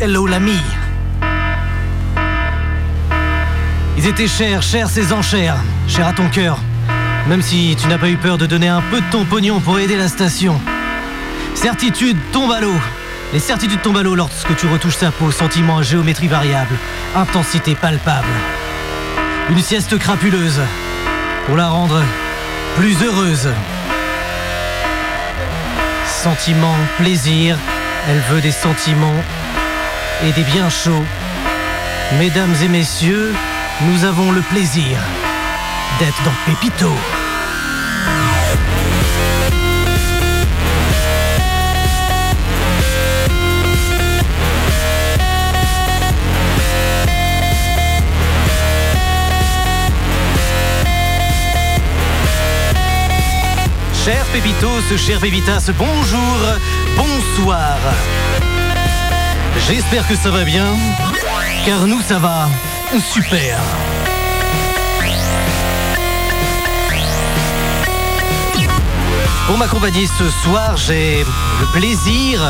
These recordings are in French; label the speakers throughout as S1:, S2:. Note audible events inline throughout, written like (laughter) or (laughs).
S1: الأولمية Ils étaient chers, chers ces enchères, chers à ton cœur. Même si tu n'as pas eu peur de donner un peu de ton pognon pour aider la station. Certitude tombe à l'eau. Les certitudes tombent à l'eau lorsque tu retouches sa peau, sentiment à géométrie variable, intensité palpable. Une sieste crapuleuse pour la rendre plus heureuse. Sentiment, plaisir, elle veut des sentiments et des biens chauds. Mesdames et messieurs, nous avons le plaisir d'être dans Pépito. Cher Pépitos, cher Pépitas, bonjour, bonsoir. J'espère que ça va bien, car nous ça va super. Pour m'accompagner ce soir, j'ai le plaisir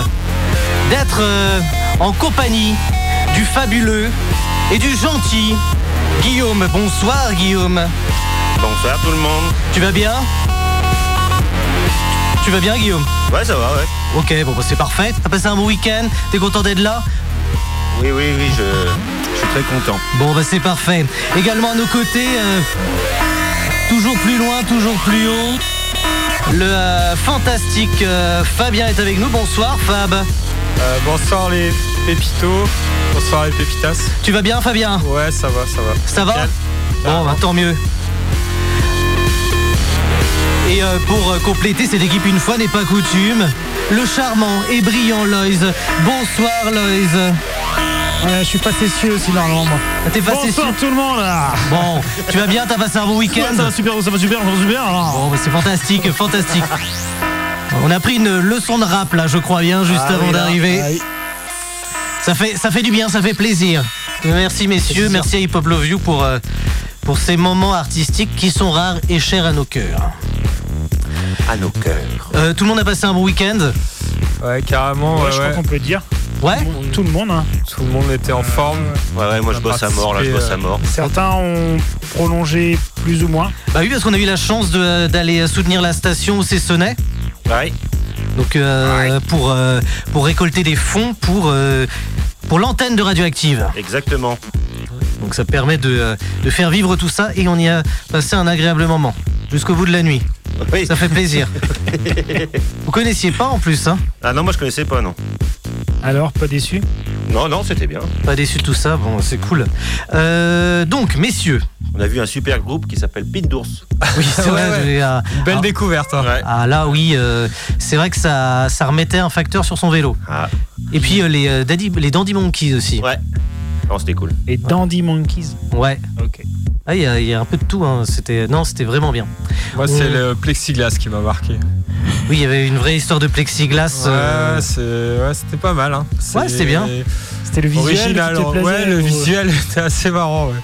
S1: d'être euh, en compagnie du fabuleux et du gentil Guillaume. Bonsoir Guillaume,
S2: Bonsoir tout le monde.
S1: tu vas bien Tu vas bien Guillaume
S2: Ouais, ça va, ouais.
S1: Ok, bon bah, c'est parfait. T'as passé un bon week-end, t'es content d'être là
S2: Oui, oui, oui, je, je suis très content.
S1: Bon bah c'est parfait. Également à nos côtés, euh, toujours plus loin, toujours plus haut, le euh, fantastique euh, Fabien est avec nous. Bonsoir Fab.
S3: Euh, bonsoir les pépitos, bonsoir les pépitas.
S1: Tu vas bien Fabien
S3: Ouais, ça va, ça va.
S1: Ça va
S3: Nickel.
S1: Bon bah tant mieux. Et euh, pour euh, compléter cette équipe une fois n'est pas coutume, le charmant et brillant Loïs. Bonsoir Loïs.
S4: Ouais, je suis pas cessieux aussi normalement moi.
S1: T'es passé
S4: Bonsoir tout le monde là
S1: sur- Bon, tu vas bien, t'as passé un bon
S4: Ouais,
S1: week-end
S4: Ça va super, ça va super, ça va super alors.
S1: Bon, bah, c'est fantastique, fantastique. On a pris une leçon de rap là, je crois bien, juste avant d'arriver.
S4: Ah
S1: Ça fait, ça fait du bien, ça fait plaisir. Merci messieurs, merci à Hip Hop Love You pour, euh, pour ces moments artistiques qui sont rares et chers à nos cœurs.
S2: À nos cœurs.
S1: Euh, tout le monde a passé un bon week-end
S3: Ouais, carrément,
S4: Ouais,
S3: ouais,
S4: je crois
S3: ouais. Mm.
S4: qu'on peut dire.
S1: Ouais
S4: Tout le monde. hein.
S3: tout le monde était en forme.
S2: Ouais, ouais, moi je
S3: On a
S2: bosse à mort, là, je bosse
S3: participé,
S2: à mort.
S4: Certains ont prolongé plus ou moins.
S1: Bah oui, parce qu'on a eu la chance de, euh, d'aller soutenir la station où c'est Sonnet.
S2: Ouais.
S1: Donc euh, pour, euh, pour récolter des fonds pour, euh, pour l'antenne de Radioactive.
S2: Exactement.
S1: Donc ça permet de, euh, de faire vivre tout ça et on y a passé un agréable moment. Jusqu'au bout de la nuit.
S2: Oui.
S1: Ça fait plaisir. Vous connaissiez pas en plus, hein
S2: Ah non, moi je connaissais pas, non.
S4: Alors, pas déçu
S2: Non, non, c'était bien.
S1: Pas déçu de tout ça, bon, c'est cool. Euh, donc, messieurs.
S2: On a vu un super groupe qui s'appelle Pit d'ours.
S1: Oui, (laughs) c'est vrai,
S3: Ouais, ouais.
S1: j'ai, euh,
S3: Belle
S1: Ah.
S3: découverte. hein.
S2: Ouais.
S1: ah là, oui, euh, c'est vrai que ça, ça remettait un facteur sur son vélo.
S2: Ah,
S1: Et puis euh, les, euh, Daddy- les Dandy Monkeys aussi.
S2: ouais. Non, c'était cool.
S4: Les Dandy Monkeys.
S1: Ouais.
S4: Ok.
S1: Ah, il y, a- il y a un peu de tout, hein. C'était, non, c'était vraiment bien.
S3: Moi, c'est
S1: On-
S3: le plexiglas qui m'a marqué.
S1: Oui, il y avait une vraie histoire de plexiglas. euh,
S3: Ouais, c'est- ouais, c'était pas mal. Hein.
S1: Ouais, c'était bien.
S4: C'était le visuel.
S3: Original.
S4: qui te plaisait,
S3: ouais, le
S4: ou-
S3: visuel (laughs) était assez marrant. Ouais,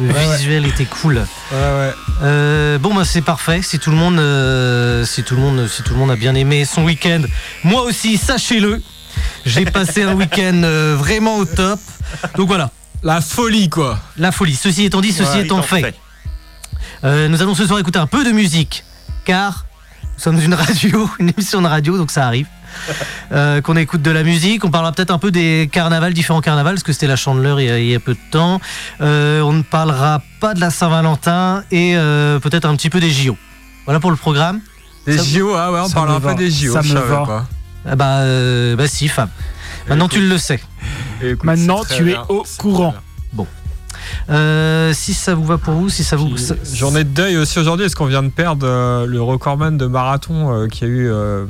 S1: le
S3: ouais.
S1: visuel était cool.
S3: ouais. ouais.
S1: Euh, bon bah c'est parfait. Si tout le monde, euh, si tout le monde, si tout le monde a bien aimé son week-end, moi aussi, sachez-le, j'ai passé un week-end euh, vraiment au top. Donc voilà,
S3: La folie, quoi.
S1: la folie. Ceci étant dit, ceci
S3: Ouais,
S1: étant
S2: Étant
S1: fait, euh, nous allons ce soir écouter un peu de musique, car nous sommes une radio, (laughs) une émission de radio, donc ça
S2: (laughs)
S1: arrive. Euh, qu'on écoute de la musique, on parlera peut-être un peu des carnavals, différents carnavals, parce que c'était la Chandeleur il y a, il y a peu de temps. Euh, on ne parlera pas de la Saint-Valentin et euh, peut-être un petit peu des JO. Voilà pour le programme.
S3: Des
S1: Ça-
S3: JO, ah ouais, on
S4: ça
S3: parlera
S4: me
S3: pas
S4: va.
S3: des JO.
S4: Ça
S3: je
S4: me
S3: savais
S4: va.
S3: pas.
S1: Ah Bah, euh, bah si, Fab.
S2: Eh
S1: Maintenant, tu le sais.
S3: Et écoute,
S4: Maintenant,
S3: c'est très
S4: tu es
S3: bien,
S4: au
S3: c'est très
S4: courant.
S3: bien.
S1: Euh, si ça vous va pour vous, si ça vous.
S3: Puis,
S1: ça-
S3: Journée de deuil aussi aujourd'hui, parce qu'on vient de perdre euh, le recordman de marathon euh, qui, a eu, euh,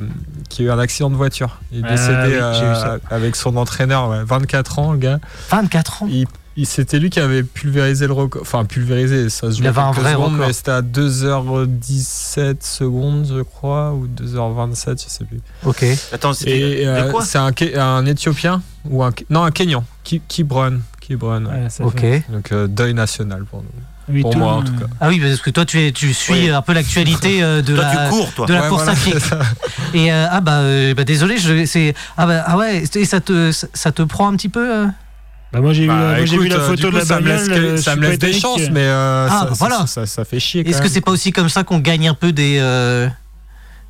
S3: qui a eu un accident de voiture. Il est
S4: Ah
S3: décédé
S4: oui, j'ai
S3: euh,
S4: vu ça.
S3: avec son entraîneur, ouais, 24 ans, le gars.
S1: 24 ans.
S3: Il, il- c'était lui qui avait pulvérisé le record. Enfin, pulvérisé, ça se
S1: Il
S3: jouait
S1: avait un
S3: quelques
S1: vrai
S3: secondes,
S1: record.
S3: mais c'était à 2h17 secondes, je crois, ou 2h27, je sais plus.
S1: Ok.
S2: Attends, c'était
S3: Et
S2: de
S3: euh,
S2: quoi
S3: c'est un, Ké- un Éthiopien, ou un, Ké- non, un Kenyan, Ki- Kibron. Kibron, ouais.
S4: Ouais, ça
S1: Ok.
S4: fait-
S3: Donc, euh, deuil national pour nous.
S4: Oui,
S3: pour
S4: tout-
S3: moi en tout cas.
S1: Ah oui, parce que toi, tu, es- tu suis
S2: Oui.
S1: un peu l'actualité euh, de
S2: Toi,
S1: la.
S2: tu cours, toi.
S1: de la
S3: Ouais,
S1: course
S3: voilà,
S1: à pied.
S3: c'est (laughs) ça.
S1: Et euh, ah bah, euh, bah, désolé, je, c'est ah bah ah ouais, et ça te ça te prend un petit peu. euh
S4: Bah, moi j'ai
S3: Bah,
S4: vu, la- moi, j'ai vu
S3: écoute,
S4: la
S3: euh,
S4: photo
S3: du coup,
S4: de la
S3: ça me
S4: bagnole.
S3: laisse,
S4: euh,
S3: que- ça
S4: je
S3: me
S4: suis
S3: laisse
S4: pas
S3: des
S4: étonné
S3: chances,
S4: que-
S3: mais euh,
S1: Ah,
S3: ça,
S1: bah,
S3: ça-
S1: voilà.
S3: ça, ça- ça fait chier.
S1: Est-ce
S3: quand
S1: que
S3: même.
S1: c'est pas aussi comme ça qu'on gagne un peu des euh,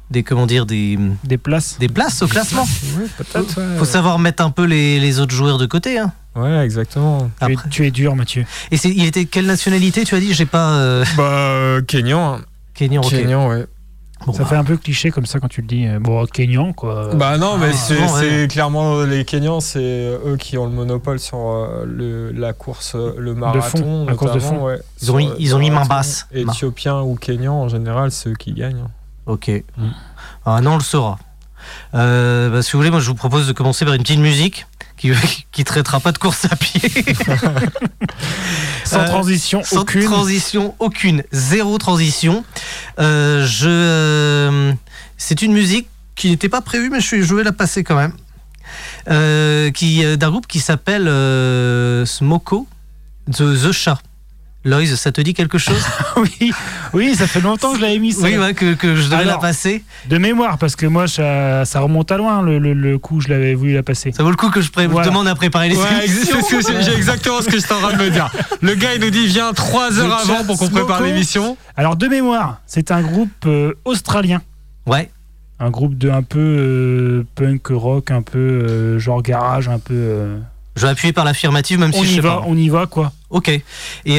S1: des comment dire des
S4: Des places.
S1: des places au classement
S3: Ouais, peut-être. ouais.
S1: Faut savoir mettre un peu les, les autres joueurs de côté. Hein.
S3: Ouais, exactement.
S4: Tu es,
S1: Après.
S4: tu es dur, Mathieu.
S1: Et c'est il était quelle nationalité Tu as dit j'ai pas euh,
S3: Bah, euh, Kenyan. hein.
S1: Kenyan. ok.
S3: Kenyan, ouais.
S1: Bon,
S4: ça
S1: bah,
S4: fait un peu cliché comme ça quand tu le dis. euh, Bon, Kenyan, quoi.
S3: Bah non, mais
S1: Ah,
S3: c'est
S1: bon, ouais.
S3: c'est clairement euh, les Kenyans, c'est euh, eux qui ont le monopole sur euh, le, la course, euh, le marathon.
S4: fond, la course de
S3: notamment,
S4: fond.
S3: ouais.
S1: Ils ont mis-
S3: Sur, euh,
S1: ils ont mis main
S3: marathon,
S1: basse.
S3: Éthiopiens ou Kenyans, en général, c'est eux qui gagnent. hein.
S1: Ok. Ah non, on le saura. Euh, bah, si vous voulez, moi je vous propose de commencer par une petite musique qui (laughs) qui traitera pas de course à pied.
S4: Sans
S1: euh,
S4: transition
S1: Sans
S4: aucune.
S1: transition aucune, zéro transition. Euh, je, euh, c'est une musique qui n'était pas prévue, mais je, suis- je vais la passer quand même. Euh, qui euh, d'un groupe qui s'appelle euh, Smoko the, the Chat. Loïs, ça te dit quelque
S4: (laughs)
S1: chose
S4: (laughs) oui, oui, ça fait longtemps que je l'avais mis. ça.
S1: Oui, ouais, que, que je devais la
S4: Alors.
S1: passer.
S4: De mémoire, parce que moi, ça, ça remonte à loin le, le- le coup, je l'avais voulu la passer.
S1: Ça vaut le coup que je pré-
S4: Voilà.
S1: demande à préparer les
S3: Ouais, ex-
S1: émissions.
S3: c'est ce que j'ai j'ai exactement ce que j'étais en train de me dire. Le gars, il nous dit, viens 3 heures
S4: Le
S3: avant pour qu'on prépare
S4: Smoko.
S3: l'émission.
S4: Alors, de mémoire, c'est un groupe euh, australien.
S1: Ouais,
S4: Un groupe de un peu euh, punk rock, un peu euh, genre garage, un peu. euh,
S1: je vais appuyer par l'affirmative, même
S4: on
S1: si je
S4: y
S1: sais
S4: va,
S1: pas.
S4: on y va, quoi.
S1: Ok. Et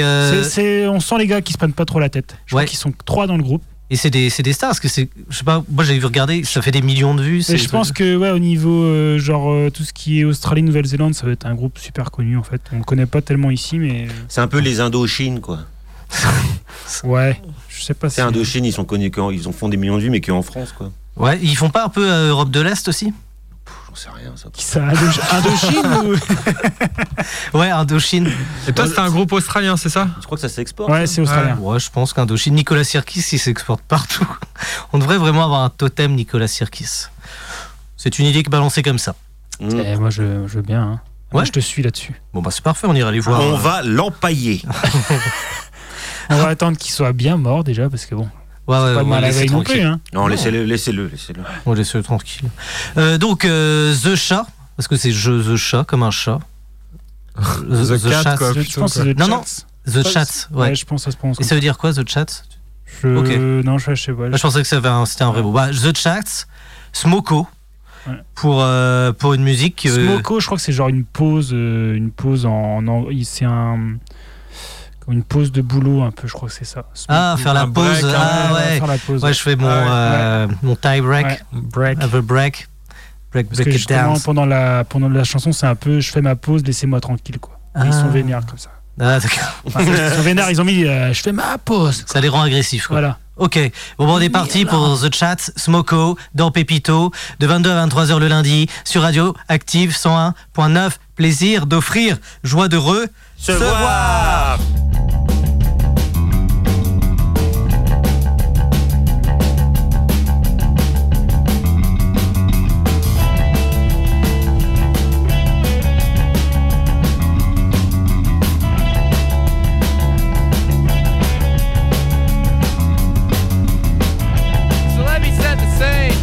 S1: euh,
S4: C'est- c'est- on sent les gars qui se prennent pas trop la tête. Je
S1: Ouais.
S4: crois qu'ils sont trois dans le groupe.
S1: et c'est des, c'est des stars, parce que c'est, je sais pas, moi j'ai vu regarder, ça fait des millions de vues.
S4: Et
S1: c'est-
S4: je pense que ouais, au niveau euh, genre euh, tout ce qui est Australie, Nouvelle-Zélande, ça va être un groupe super connu en fait. On le connaît pas tellement ici, mais
S2: C'est un peu les Indochines, quoi.
S4: euh, ouais, je sais pas.
S2: C'est Indochine, ils sont connus qu'en- ils ont font des millions de vues, mais qu'en France, quoi.
S1: Ouais, ils font pas un peu euh, Europe de l'Est aussi
S2: Pff, J'en sais rien, ça.
S4: Qui ça Indo- Indochine
S1: Ouais, Indochine.
S3: Et
S1: Bah,
S3: toi, c'était un groupe australien, c'est ça
S2: Je crois que ça s'exporte.
S4: ou... Ouais, c'est australien.
S1: (laughs) Ouais, je pense qu'Indochine. Nicolas Sirkis, il s'exporte partout. On devrait vraiment avoir un totem Nicolas Sirkis. C'est une idée que balancer comme ça.
S2: Mm.
S4: Eh, moi, je, je veux bien. hein. Moi,
S1: Ouais.
S4: je te suis là-dessus.
S1: Bon, bah c'est parfait, on ira les voir.
S2: On va l'empailler.
S1: Ah
S4: On va attendre qu'ils soient bien morts déjà, parce que bon,
S1: Ouais, Euh, ouais,
S4: pas
S1: on
S4: de mal
S1: va
S4: à
S1: laisser
S4: veille non
S1: tranquille.
S4: plus. Hein.
S2: Non, laissez-le, laissez-le, laissez-le.
S1: On laisse tranquille. Euh, donc, euh, The Chat, parce que c'est je The Chat, comme un chat.
S3: The Cat,
S1: Chat.
S3: quoi.
S4: Je, je pense que c'est The
S1: Non, non,
S4: Chats.
S1: The
S4: Pas-
S1: Chat, ouais.
S4: je pense que ça se prononce.
S1: Et
S4: Comme...
S1: ça veut dire quoi, The Chat
S4: Je...
S1: ok.
S4: Non, je, je sais pas.
S1: Bah, Je pensais que ça avait un- c'était un vrai mot. Bah, The Chat, Smoko,
S4: Ouais.
S1: pour, euh, pour une musique. euh,
S4: Smoko, oh, je crois que c'est genre une pause, euh, une pause en, en- il- c'est un comme une pause de boulot un peu, je crois que c'est ça. Smoko.
S1: Ah, faire la
S3: Un
S1: pause.
S3: break, hein.
S1: ah
S4: on va
S1: ouais.
S4: faire la pause.
S1: Ouais, je fais mon,
S3: Ah ouais,
S1: euh, mon tie break,
S3: Break.
S1: have a break, break,
S4: Parce
S1: break
S4: que
S1: it down.
S4: justement pendant la pendant la chanson, c'est un peu, je fais ma pause, laissez-moi tranquille quoi. Et
S1: Ah.
S4: Ils sont vénères comme ça.
S1: Ah, d'accord.
S4: Enfin, ils sont vénères, ils ont mis, euh, je fais ma pause.
S1: Ça les rend agressifs. Quoi.
S4: Voilà.
S1: Ok. Bon, bon, on est parti pour The Chat, Smoko, dans Pépito, de 22 à 23h le lundi, sur Radio Active 101.9. Plaisir d'offrir, joie de re.
S2: Se,
S1: voir.
S2: voir.
S5: So let me set the scene.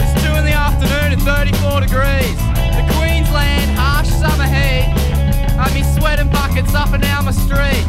S5: It's 2 in the afternoon and 34 degrees. The Queensland harsh summer heat. Had me sweating buckets up and down my street.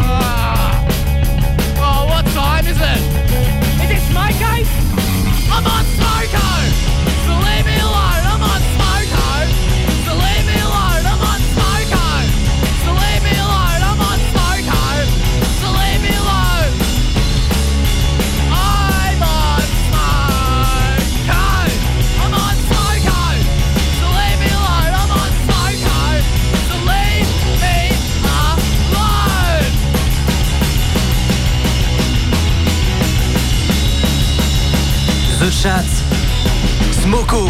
S5: Ah. Oh,
S1: Chat, Smoko,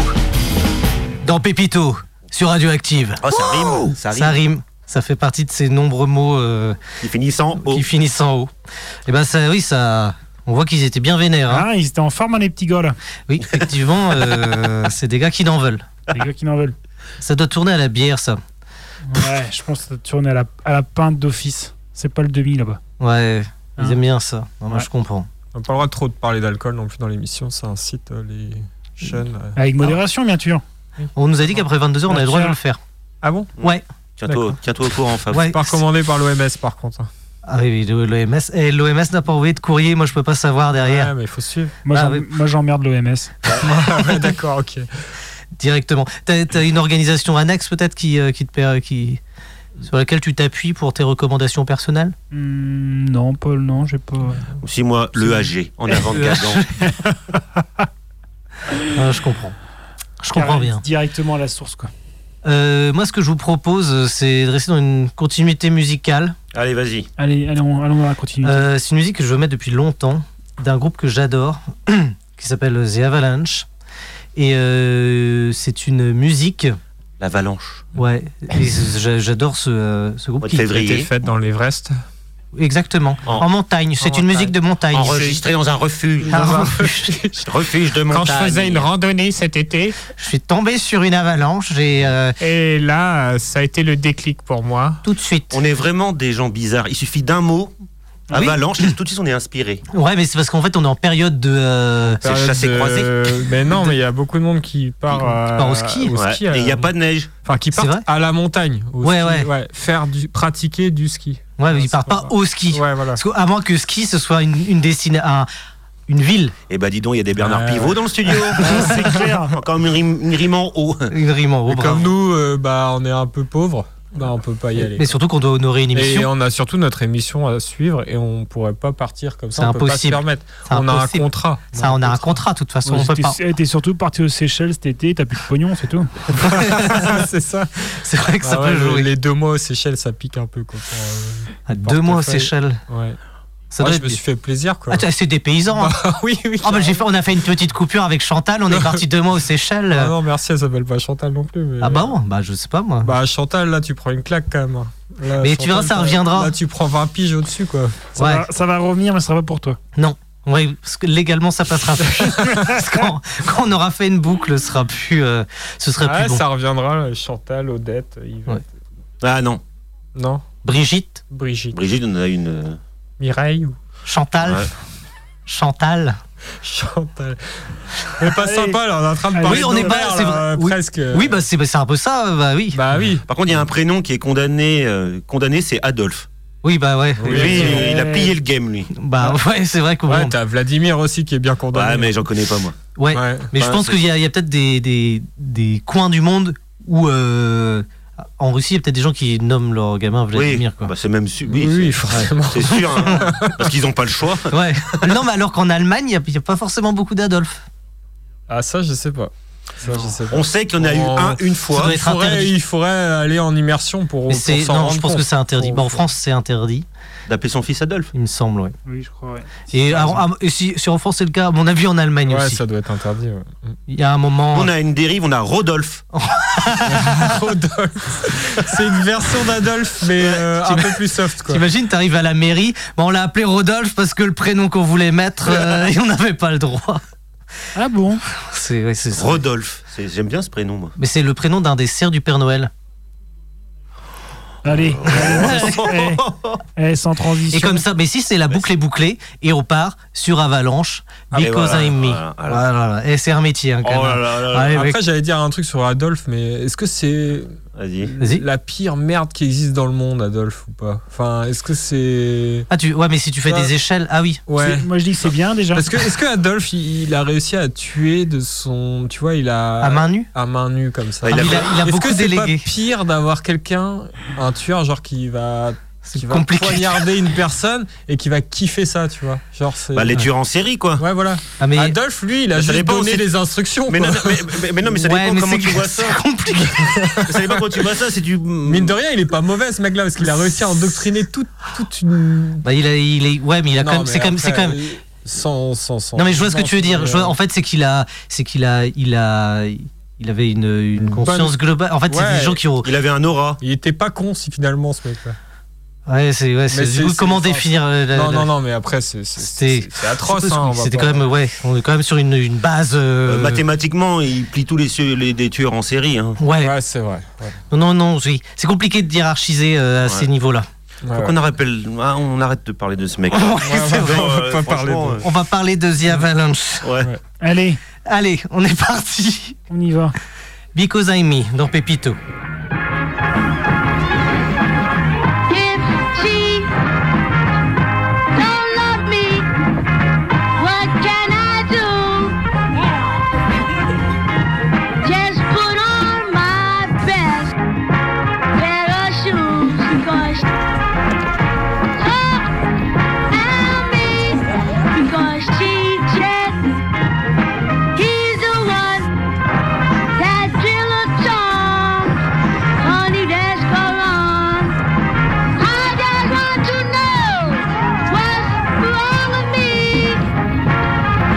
S1: dans Pépito, sur Radioactive.
S2: Oh, ça rime. Ça rime.
S1: Ça rime, ça fait partie de ces nombreux mots euh,
S2: Qui finissent en O.
S1: qui finissent en haut. Et ben ça, oui, ça, on voit qu'ils étaient bien vénères. hein.
S4: Ah, ils étaient en forme, hein, les petits gars là.
S1: Oui, effectivement, euh, c'est des gars qui n'en veulent.
S4: Les gars qui n'en veulent.
S1: Ça doit tourner à la bière, ça.
S4: Ouais, je pense que ça tourne à la, à la pinte d'office. C'est pas le demi là-bas.
S1: Ouais,
S4: Hein.
S1: ils aiment bien ça. Non, moi,
S4: Ouais.
S1: je comprends.
S3: On n'a pas le droit de trop de parler d'alcool non plus dans l'émission, ça incite euh, les jeunes. euh.
S1: Ah.
S4: Avec modération, bien sûr.
S1: On nous a dit qu'après 22h, on avait le droit de le faire.
S3: Ah bon
S1: Ouais.
S2: Tiens-toi tiens-toi au courant, Fab.
S1: Ouais.
S3: C'est Pas recommandé par l'OMS par contre. hein.
S1: Ah oui, oui, l'OMS. Et l'OMS n'a pas envoyé de courrier, moi je peux pas savoir derrière
S3: Ouais, mais il faut suivre. (laughs)
S4: Moi,
S1: Ah,
S4: j'en-
S1: oui.
S4: moi, j'emmerde l'OMS.
S3: Ouais, D'accord, ok.
S1: directement. T'as as une organisation annexe peut-être qui, euh, qui te per- qui sur laquelle tu t'appuies pour tes recommandations personnelles
S4: Hmm, non, Paul, non, j'ai pas.
S2: Aussi, moi, le AG, en avant de
S1: Le
S2: Gazan.
S1: Ah, Je comprends. Je comprends
S4: Carré-
S1: bien.
S4: Directement à la source, quoi.
S1: Euh, moi, ce que je vous propose, euh, c'est de rester dans une continuité musicale.
S2: Allez, vas-y.
S4: Allez, allez, on, allons on continue.
S1: Euh, c'est une musique que je veux mettre depuis longtemps, d'un groupe que j'adore, (clears throat) qui s'appelle The Avalanche. Et euh, c'est une musique.
S2: L'avalanche.
S1: Ouais, (clears throat) et j'a- j'adore ce, euh, ce groupe.
S2: Mois de
S1: qui-
S2: février.
S3: Été faite dans l'Everest.
S1: Exactement.
S2: En-
S1: En, montagne. C'est une
S3: montagne.
S1: musique de montagne. (laughs)
S2: Enregistré dans un refuge.
S1: Ah,
S2: Refuge de montagne.
S3: randonnée cet été,
S1: je suis tombé sur une avalanche. J'ai euh,
S3: et là, ça a été le déclic pour moi.
S1: tout de suite.
S2: On est vraiment des gens bizarres. Il suffit d'un mot,
S1: Oui.
S2: avalanche, et tout de suite on est inspiré.
S1: Ouais, mais c'est parce qu'en fait, on est en période de. euh,
S2: C'est chassé-croisé.
S3: croisé. Mais non, mais il y a beaucoup de monde qui part,
S1: Qui
S3: euh,
S1: part au ski.
S2: Ouais.
S3: euh,
S2: Et il n'y a pas de neige.
S3: Enfin, qui
S1: C'est
S3: partent
S1: vrai
S3: à la montagne. au
S1: Ouais,
S3: ski,
S1: ouais.
S3: Faire du, pratiquer du ski.
S1: Ouais, mais
S3: Ouais,
S1: ils partent
S3: c'est pas
S1: pas
S3: grave.
S1: au ski.
S3: Ouais, voilà.
S1: Parce qu'à moins que ski, ce soit une, une destina- un- une ville.
S2: Et bah dis donc, il y a des Bernard
S3: Ouais,
S2: Pivot dans le studio. C'est clair. Comme une rime, une rime en haut.
S1: Une rime en haut,
S3: Et
S1: Oh, bravo.
S3: comme nous, euh, bah, on est un peu pauvres, bah, on peut pas y aller.
S1: Mais surtout qu'on doit honorer une
S3: Et
S1: émission.
S3: on a surtout notre émission à suivre et on pourrait pas partir comme ça.
S1: C'est
S3: on peut pas se
S1: impossible.
S3: permettre.
S1: C'est
S3: On a un
S1: impossible.
S3: contrat.
S1: Ça, on a un contrat, de toute façon. on peut
S4: T'es-
S1: pas.
S4: eh, T'es surtout parti aux Seychelles cet été, t'as plus de pognon, c'est tout.
S3: (laughs) c'est ça.
S1: C'est vrai que ça peut
S3: Ah ouais, le-
S1: jouer.
S3: Les deux mois aux Seychelles, ça pique un peu. Quoi, pour,
S1: À deux mois aux
S3: portefeuille.
S1: Seychelles.
S3: euh, ouais.
S1: Ça doit
S3: Moi, je
S1: être
S3: me suis fait plaisir. Quoi. (laughs)
S1: Ah, c'est des paysans. hein.
S3: Ah, oui, oui.
S1: Ah, bah, j'ai fait- on a fait une petite coupure avec Chantal, on est parti deux mois aux Seychelles.
S3: Ah non, merci, elle s'appelle pas Chantal non plus. mais-
S1: euh, Ah bah bon, bah je sais pas moi.
S3: Bah Chantal, là, tu prends une claque quand même. hein. Là,
S1: Mais
S3: Chantal,
S1: tu verras, ça
S3: t'as-
S1: reviendra.
S3: Là, tu prends 20 piges au-dessus, quoi.
S4: Ça,
S1: ouais.
S4: va, ça va revenir, mais ça sera pas pour toi.
S1: Ouais, parce que légalement ça
S3: (laughs)
S1: passera plus. Parce qu'on- quand on aura fait une boucle, ce sera plus, euh, ce sera
S3: Ah,
S1: plus bon.
S3: ça reviendra, là, Chantal, Odette, Yvette.
S1: Ouais.
S2: Ah non,
S3: Non
S1: Brigitte,
S3: Brigitte.
S2: Brigitte, on a une. euh,
S3: Mireille ou
S1: Chantal,
S2: Ouais.
S1: Chantal.
S3: Chantal On est pas
S4: Allez.
S3: sympa, là, on est en train de
S4: Allez.
S3: parler
S1: Oui,
S3: de
S1: on est
S3: nos
S1: pas-
S3: mères,
S1: c'est
S3: là,
S1: vrai.
S3: euh,
S1: Oui.
S3: presque.
S1: Oui, bah c'est bah, c'est un peu ça, euh, bah oui.
S3: Bah oui.
S2: Par contre, il y a un prénom qui est condamné. euh, condamné, c'est Adolphe.
S1: Oui, bah ouais.
S3: Oui.
S2: Lui,
S4: Ouais.
S2: il a pillé le game, lui.
S1: (laughs) Bah ouais, c'est vrai que
S3: Ouais,
S1: bon,
S3: t'as Vladimir aussi qui est bien condamné.
S2: Ouais, mais j'en connais pas, moi.
S1: ouais.
S3: Ouais.
S1: Mais je
S2: Ouais,
S1: pense
S2: c'est-
S1: qu'il y a, il y a peut-être des, des, des coins du monde où euh, en Russie, il y a peut-être des gens qui nomment leur gamin Vladimir
S2: oui,
S1: quoi.
S2: bah, c'est même sûr.
S3: Oui,
S2: Oui,
S3: oui,
S2: c'est-
S3: forcément.
S2: c'est sûr. hein. parce qu'ils n'ont pas le choix.
S1: Ouais. non, mais alors qu'en Allemagne, il n'y a, il y a pas forcément beaucoup d'Adolphe.
S3: Ah, ça, je sais pas. Ça, je sais pas.
S2: On sait qu'il y en a
S3: Oh.
S2: eu un une
S1: Ça
S2: fois.
S1: doit
S3: Il
S1: être
S3: faudrait,
S1: interdit.
S3: il faudrait aller en immersion pour,
S1: Mais
S3: pour
S1: c'est
S3: s'en
S1: non,
S3: rendre
S1: je pense que
S3: compte.
S1: c'est interdit.
S3: Faut-
S1: Bah, en France, c'est interdit,
S2: D'appeler son fils Adolphe.
S1: il me semble. Ouais.
S4: Oui, je crois.
S1: Et, à- à- et si, si en France c'est le cas, à mon avis en Allemagne
S3: Ouais,
S1: aussi.
S3: ça doit être interdit. ouais.
S1: (laughs) Il y a un moment. euh,
S2: On a une dérive, on a Rodolphe.
S3: Rodolphe. C'est une version d'Adolphe, mais euh, un peu plus soft, quoi.
S1: T'imagines, t'arrives à la mairie, bon, on l'a appelé Rodolphe parce que le prénom qu'on voulait mettre, euh, et on n'avait pas le droit.
S4: Ah bon
S1: C'est, ouais, c'est ça.
S2: Rodolphe. C'est- J'aime bien ce prénom, moi.
S1: Mais c'est le prénom d'un dessert du Père Noël. (laughs)
S4: Allez, eh, eh, sans transition.
S1: Et comme ça, mais si c'est la boucle est bouclée, et on part sur Avalanche,
S2: mais
S1: Because
S2: voilà,
S1: I'm me.
S2: voilà, voilà.
S1: Voilà, Et c'est un métier, hein,
S2: Oh
S1: quand
S2: là
S1: même.
S2: là là là.
S1: Ouais, mec.
S3: Après, j'allais dire un truc sur Adolphe, mais est-ce que c'est
S2: Vas-y.
S1: Vas-y.
S3: la pire merde qui existe dans le monde, Adolphe, ou pas Enfin, est-ce que c'est.
S1: Ah, tu, ouais, mais si tu fais
S3: Ça-
S1: des échelles, ah oui.
S3: Ouais.
S4: C'est- Moi, je dis que c'est bien déjà.
S3: Parce que, est-ce que Adolphe, il, il a réussi à tuer de son. Tu vois, il a.
S1: À main nue
S3: à main nue, comme ça.
S2: Ah,
S1: Ah, mais il a, il a
S3: Bah, Est-ce
S1: beaucoup
S3: que c'est pas
S1: délégué.
S3: pire d'avoir quelqu'un, un tueur, genre qui va,
S1: C'est
S3: qui va
S1: compliqué. (laughs)
S3: poignarder une personne et qui va kiffer ça, tu vois Genre, c'est.
S2: Bah, les tueurs en série, quoi.
S3: Ouais, voilà.
S1: Ah, mais,
S3: Adolphe, lui, il a
S2: Ça
S3: juste
S2: dépend,
S3: donné
S2: c'est-
S3: les instructions.
S2: Mais non,
S3: quoi.
S2: mais, mais- mais non, mais ça dépend
S1: ouais, mais
S2: comment
S1: c'est-
S2: tu vois ça.
S1: c'est (laughs) compliqué.
S2: ça dépend comment tu vois ça. C'est du.
S3: Mine de rien, il est pas mauvais ce mec-là parce qu'il a réussi à endoctriner toute, toute une.
S1: Bah, il a, il est, ouais, mais il a
S3: Non,
S1: quand même,
S3: mais
S1: c'est quand même, c'est
S3: après,
S1: quand même,
S3: il- sans, sans, sans-
S1: Non mais je vois ce que
S3: sans-
S1: tu veux dire. Je vois-
S3: euh,
S1: en fait, c'est qu'il a, c'est qu'il a, il a, il avait une, une
S3: Une
S1: conscience globale. En fait, c'est
S3: Ouais.
S1: des gens qui ont.
S2: Il avait un aura.
S3: Il était pas con si finalement ce mec-là.
S1: Ouais, c'est ouais.
S3: Mais
S1: c'est-
S3: c'est-
S1: Du coup,
S3: c'est
S1: comment
S3: l'essence.
S1: définir euh, la-
S3: Non,
S1: la-
S3: non, non, mais après, c'est c'est-
S1: C'était-
S3: c'est- c'est atroce. hein, on va
S1: C'était
S3: pas-
S1: quand même ouais. On est quand même sur une, une base. euh,
S2: Euh, mathématiquement, il plie tous les, su- les des tueurs en série. Hein.
S1: Ouais.
S3: Ouais, c'est vrai. Ouais.
S1: Non, non, non. Oui. C'est compliqué de hiérarchiser euh, à
S2: Ouais.
S1: ces niveaux-là.
S3: Ouais,
S2: Faut qu'on rappelle. Ah, on arrête de parler de ce mec.
S1: Ouais,
S3: ouais,
S1: c'est
S3: ouais,
S1: vrai.
S3: on va pas
S2: Euh,
S3: parler
S2: franchement, euh,
S3: de.
S1: On va parler de The Avalanche.
S2: Ouais.
S4: Allez,
S1: Allez, on est parti.
S4: on y va.
S1: Because I'm me dans Pépito.
S6: If she don't love me, what can I do? Just put on my best pair of shoes, 'cause her and me, because she said he's the one that drill a song. Honey, that's gone. I just want to know what's wrong with me.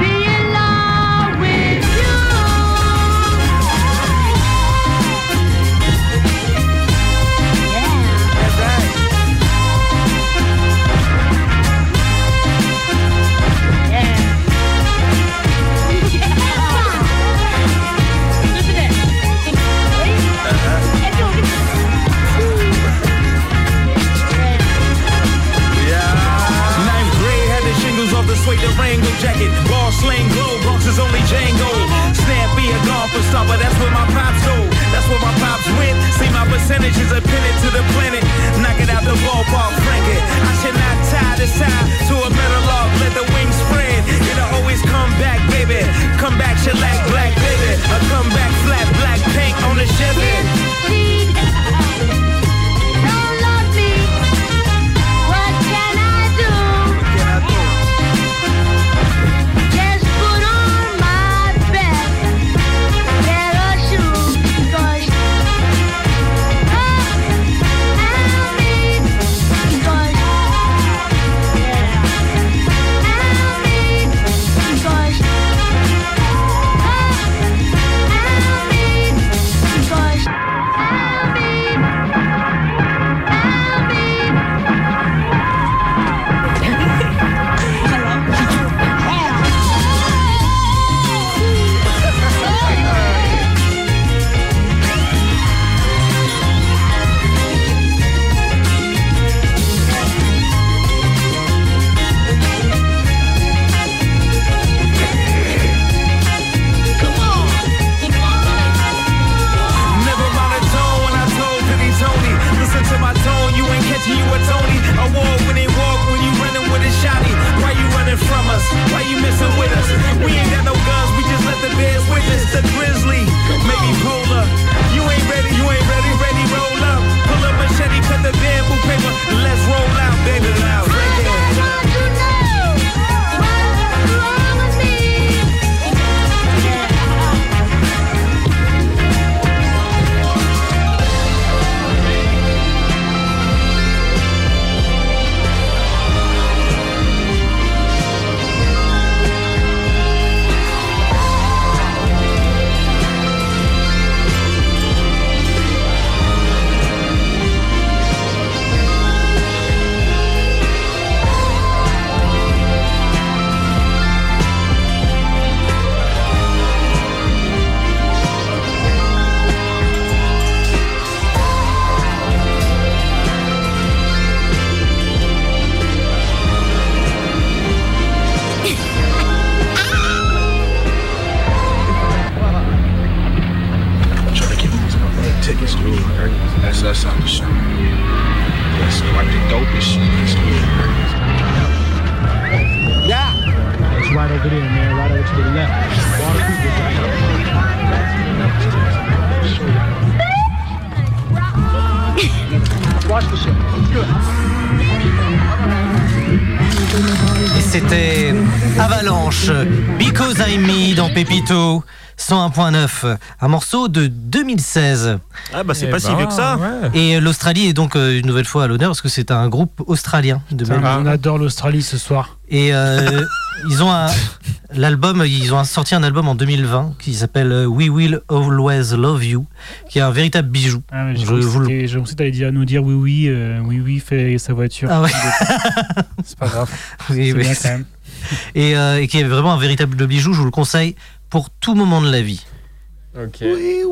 S6: Be in love with you. Yeah. Yeah. Listen to that. Yeah.
S7: Ninth grade had the shingles off the suede Durango jacket. Ball sling glow, Bronx is only Django. Snappy a golfer stopper, that's where my pops go. That's where my pops went. See my percentages are pinned to the planet. Knock it out the ballpark, crank it. I should not tie this tie to a metal off, let the wings spread. It'll always come back, baby. Come back, shellac, black, baby. A comeback, flat, black, pink on the Chevy.
S6: Because I'll be, I'll be.
S7: Never mind a tone when I told Penny Tony. Listen to my tone, you ain't catching you a Tony. Award when they walk, when you running with a shotty. Why you running from us? Why you messing with us? We ain't got no guns, we just let the bears witness the grizzly. Maybe polar. You ain't ready, you ain't ready, ready, roll up. Pull up machete, cut the bamboo paper. Let's roll out, baby, loud. Break it.
S8: try to get tickets to New York. That's us on the show. That's like the dopest shit. It's New York.
S4: It's right over there, man. Right over to the left. A lot of people right there.
S1: Et C'était Avalanche, Because I'm Me dans Pépito. 101.9, un morceau de 2016.
S2: Ah bah c'est
S3: Eh
S2: pas si
S3: ben,
S2: vieux que ça.
S3: ouais.
S1: Et l'Australie est donc euh, une nouvelle fois à l'honneur parce que c'est un groupe australien de
S4: Putain,
S1: même.
S4: mais On adore l'Australie ce soir.
S1: Et euh, ils ont un- l'album, ils ont sorti un album en 2020 qui s'appelle euh, We Will Always Love You, qui est un véritable bijou.
S4: Ah, mais
S1: Je
S4: J'ai cru que
S1: vous le-
S4: c'était- j'ai pensé que t'allais dire- nous dire oui, oui, euh, oui, oui, fait sa voiture.
S1: Ah ouais.
S4: (laughs) C'est pas grave.
S1: Oui,
S4: C'est
S1: mais-
S4: bien quand même.
S1: et, euh, et qui est vraiment un véritable bijou. Je vous le conseille pour tout moment de la vie.
S3: Ok.
S1: Et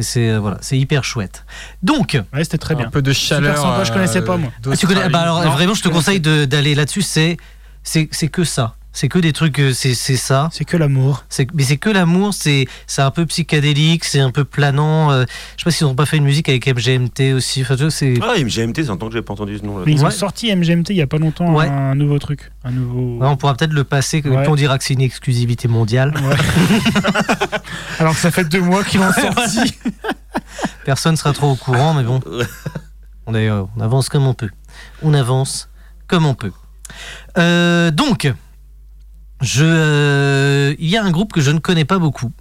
S1: c'est euh, voilà, c'est hyper chouette. Donc,
S4: Ouais, c'était très
S3: un
S4: bien.
S3: peu de chaleur. euh,
S4: sympa, je connaissais pas, moi.
S1: Ah, tu connais, bah
S2: (laughs)
S1: alors
S3: Non.
S1: vraiment, je te conseille de- d'aller là-dessus. C'est c'est c'est que ça. C'est que des trucs. euh, C'est c'est ça.
S4: C'est que l'amour.
S1: C'est mais c'est que l'amour. C'est c'est un peu psychédélique. C'est un peu planant. euh, je sais pas s'ils ont pas fait une musique avec MGMT aussi. Enfin, tu vois, c'est
S2: Ah, MGMT, c'est longtemps que j'ai pas entendu ce nom. là.
S4: Mais ils ont
S1: Ouais.
S4: sorti MGMT il y a pas longtemps
S1: Ouais.
S4: un nouveau truc. Un nouveau.
S1: Ouais, on pourra peut-être le passer.
S4: Ouais.
S1: Puis on dira que c'est une exclusivité mondiale.
S4: Alors que ça fait deux mois qu'ils l'ont sorti.
S1: Personne sera trop au courant, mais bon. On, est, euh, on avance comme on peut. On avance comme on peut. Euh, donc, je, euh, il y a un groupe que je ne connais pas beaucoup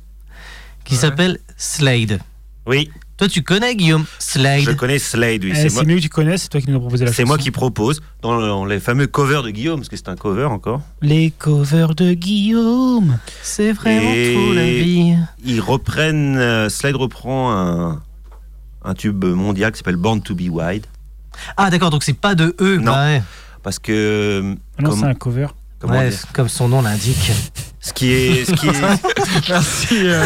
S1: qui
S3: Ouais.
S1: s'appelle Slade.
S2: Oui,
S1: Toi, tu connais Guillaume
S2: je
S1: Slade
S2: connais Slade, oui.
S4: Eh,
S2: c'est
S4: c'est
S2: moi,
S4: mieux que tu connais, c'est toi qui nous as proposé la
S2: c'est
S4: chanson.
S2: moi qui propose dans, le- dans les fameux covers de Guillaume, parce que c'est un cover encore.
S4: Les covers de Guillaume.
S1: C'est vraiment
S2: Et-
S1: trop la vie.
S2: Ils reprennent, euh, Slade reprend un, un tube mondial qui s'appelle Born to be Wild,
S1: Ah, d'accord, donc c'est pas de eux.
S2: Non.
S1: Bah ouais.
S2: parce que
S4: Ah non,
S2: Comme-
S4: c'est un cover.
S2: comment
S1: Ouais,
S2: dire,
S1: comme son nom l'indique.
S2: ce qui est, ce
S4: (laughs)
S2: qui est,
S3: Merci euh,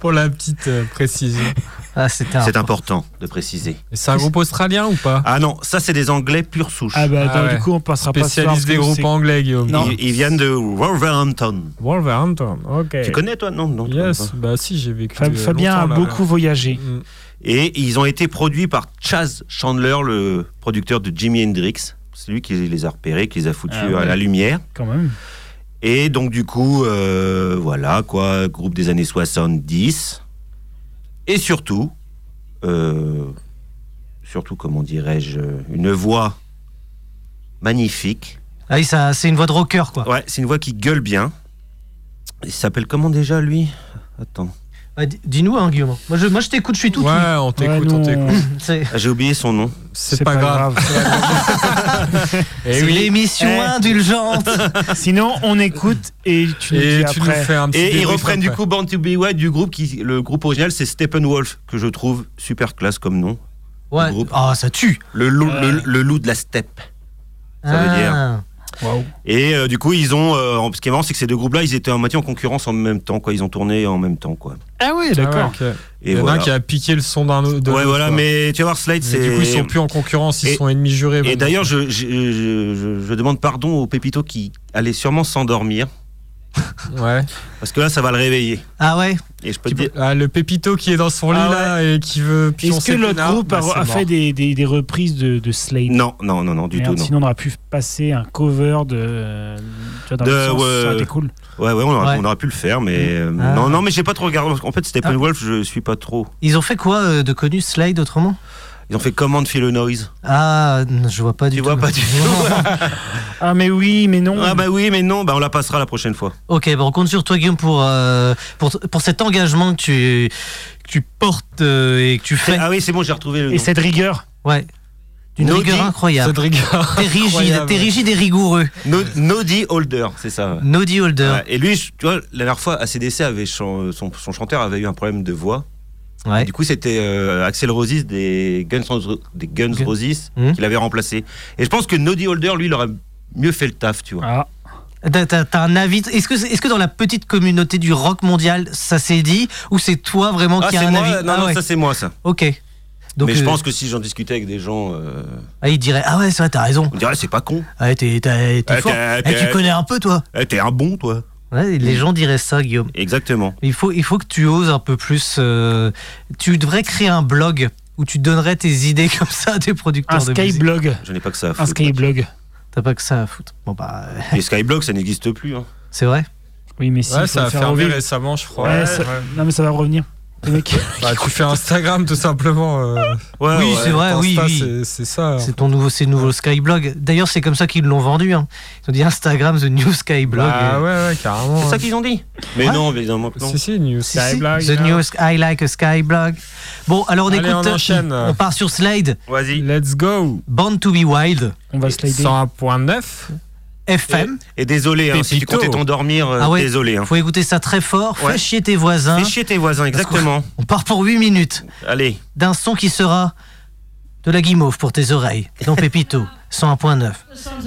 S3: pour la petite euh, précision.
S1: Ah, c'était un-
S2: c'est important de préciser.
S3: Et C'est un groupe australien ou pas
S2: Ah non, ça c'est des Anglais pure souche.
S4: Ah bah
S3: Ah
S4: attends,
S3: ouais.
S4: du coup on passera pas ce soir, parce
S3: Spécialiste
S4: que
S3: des groupes hein.
S4: c'est-
S3: anglais, Guillaume.
S2: Ils- Ils, viennent de Wolverhampton.
S3: Wolverhampton, ok.
S2: Tu connais toi Non, non. tu connais
S3: Yes,
S2: pas.
S3: bah si, j'ai vécu.
S4: Fab-
S3: euh,
S4: Fabien a
S3: longtemps là-bas.
S4: beaucoup voyagé.
S3: Mm.
S2: Et ils ont été produits par Chaz Chandler, le producteur de Jimi Hendrix. C'est lui qui les a repérés, qui les a foutus
S4: Ah ouais.
S2: à la lumière.
S4: Quand même.
S2: Et donc, du coup, euh, voilà, quoi, groupe des années 70. Et surtout, euh, surtout, comment dirais-je, une voix magnifique.
S1: Ah oui, ça- c'est une voix de rocker, quoi.
S2: Ouais, c'est une voix qui gueule bien. Il s'appelle comment déjà, lui Attends.
S1: Ah, di- Dis-nous, hein, Guillaume. Moi, je, moi, je t'écoute, je suis tout.
S3: Ouais, on t'écoute,
S4: Ouais,
S3: on
S4: nous,
S3: t'écoute.
S1: (laughs) C'est
S2: Ah, J'ai oublié son nom.
S3: C'est pas, grave.
S1: c'est
S3: (laughs)
S4: (laughs)
S3: Et oui.
S1: l'émission
S4: Eh.
S3: (laughs)
S1: indulgente.
S4: Sinon on écoute et tu nous
S3: Et
S4: dis
S3: tu nous
S4: après.
S3: fais un petit.
S2: Et ils
S3: débrief
S2: reprennent du
S3: après.
S2: coup Born to Be Wild du groupe qui le groupe original c'est Steppenwolf que je trouve super classe comme nom.
S1: Ouais.
S2: groupe.
S1: Ah, ça tue.
S2: Le loup, le, le loup de la steppe. Ça veut dire.
S1: Ah.
S4: Waouh.
S2: Et euh, du coup ils ont euh, en- ce qui est marrant c'est que ces deux groupes là ils étaient en moitié en concurrence en même temps quoi ils ont tourné en même temps quoi.
S4: Ah ouais
S3: Ah ouais,
S4: d'accord.
S3: ok. Il
S2: Et
S3: y en a un
S2: voilà.
S3: qui a piqué le son d'un autre. de
S2: Ouais
S3: l'autre,
S2: voilà
S3: quoi.
S2: mais tu vas voir Slide
S3: Et
S2: c'est
S3: Du coup, ils sont plus en concurrence, ils
S2: Et-
S3: sont ennemis jurés.
S2: et
S3: maintenant.
S2: d'ailleurs je, je, je- je- je demande pardon au Pépito qui allait sûrement s'endormir
S3: Ouais.
S2: parce que là ça va le réveiller
S1: Ah ouais.
S2: et je peux
S3: Tu
S2: te dire
S3: peux- ah, le Pépito qui est dans son lit
S4: Ah
S3: là et qui veut.
S4: Est-ce que l'autre groupe
S3: bah,
S4: a, a fait des, des, des reprises de, de Slade
S2: non non non non du
S4: Merde,
S2: tout non.
S4: Sinon on aurait pu passer un cover de. Tu vois, dans
S2: De-
S4: le sens,
S2: ouais.
S4: ça aurait été cool.
S2: Ouais, ouais, on aurait,
S1: Ouais.
S2: on aurait pu le faire, mais euh,
S1: Ah.
S2: non, non, mais j'ai pas trop regardé. En fait,
S3: Ah.
S2: Steppenwolf, je suis pas trop.
S1: Ils ont fait quoi euh, de connu Slide autrement
S2: Ils ont fait comment de le noise
S1: Ah, non, je vois pas du
S2: Tu
S1: tout.
S2: vois pas du (laughs) tout
S4: Ah mais oui mais
S1: Mm.
S4: non.
S2: Ah bah oui, mais non, bah on la passera la prochaine fois.
S1: ok, bon, on compte sur toi, Guillaume, pour euh, pour pour cet engagement que tu que tu portes euh, et que tu fais.
S2: Ah oui, c'est bon, j'ai retrouvé le
S4: Et
S2: nom.
S4: cette rigueur.
S1: Ouais. D'une
S2: No
S1: rigueur
S2: Deal,
S1: incroyable.
S3: Cette rigueur.
S1: T'es rigide,
S3: incroyable.
S1: t'es rigide et rigoureux.
S2: No- Noddy Holder, c'est ça. ouais.
S1: Noddy Holder.
S2: Ouais, et lui, je- tu vois, la dernière fois, ACDC avait chan- euh, son, son chanteur avait eu un problème de voix.
S1: Ouais.
S2: Du coup, c'était euh, Axel Rosis des Guns, Ro- des Guns
S1: Gun-
S2: Roses
S1: Hmm.
S2: qui l'avait remplacé. Et je pense que Noddy Holder, lui, il aurait mieux fait le taf, tu vois.
S4: Ah.
S1: T'as- T'as t'as un avis Est-ce que, est que dans la petite communauté du rock mondial, ça s'est dit Ou c'est toi vraiment
S2: Ah,
S1: qui a
S2: c'est
S1: un
S2: moi
S1: avis
S2: Non,
S1: Ah
S2: non,
S1: ouais.
S2: ça c'est moi, ça.
S1: Ok. Donc,
S2: mais je
S1: euh,
S2: pense que si j'en discutais avec des gens, euh,
S1: ah, il dirait Ah ouais, c'est vrai, t'as raison.
S2: on dirait, c'est pas con.
S1: Ah, t'es t'es- t'es
S2: Ah,
S1: fort.
S2: t'es-
S1: Eh, tu
S2: t'es-
S1: connais un peu, toi.
S2: Eh, T'es un bon, toi.
S1: Ouais, les
S2: Mm.
S1: gens diraient ça, Guillaume.
S2: Exactement.
S1: Il faut, il faut que tu oses un peu plus. euh, tu devrais créer un blog où tu donnerais tes idées (laughs) comme ça à des
S4: Un
S1: producteurs de musique.
S4: skyblog.
S2: Je n'ai pas que ça à
S4: Un
S2: foutre.
S4: skyblog.
S1: T'as pas que ça à foutre. Bon, bah, (laughs) euh,
S2: Les Skyblog, ça n'existe plus. hein.
S1: c'est vrai.
S4: Oui mais si.
S3: Ouais,
S4: faut
S3: ça
S4: le
S3: a
S4: faire
S3: fermé
S4: revivre.
S3: récemment, je crois.
S4: Ouais, ça-
S3: Ouais.
S4: Non mais ça va revenir. Les mecs-
S3: Bah, tu fais Instagram tout simplement. euh,
S1: Oui, c'est vrai, oui,
S3: Insta,
S1: oui.
S3: c'est- C'est ça.
S1: C'est ton nouveau, c'est le nouveau Skyblog. D'ailleurs, c'est comme ça qu'ils l'ont vendu. hein. Ils ont dit Instagram, the new Skyblog. Et-
S3: Bah ouais, ouais, carrément. hein.
S2: C'est ça qu'ils ont dit Mais
S1: Ouais.
S2: non, évidemment que non.
S3: Si, si, news.
S1: Si, si, the
S3: hein.
S1: new Sky- I like a Skyblog. Bon, alors on
S3: Allez,
S1: écoute.
S3: on enchaîne.
S1: on part sur Slade,
S2: Vas-y.
S3: Let's go.
S1: Born to be Wild,
S4: On va se slider.
S3: 101.9.
S1: FM.
S2: Et désolé, hein, si tu
S3: Pépito.
S2: comptais t'endormir, euh,
S1: Ah ouais. Hein
S2: désolé. Hein.
S1: Faut écouter ça très fort.
S2: Ouais.
S1: Fais chier tes voisins.
S2: Fais chier tes voisins, exactement.
S1: On part pour 8 minutes
S2: Allez,
S1: d'un son qui sera de la guimauve pour tes oreilles. Dans (laughs) Pépito, 101.9.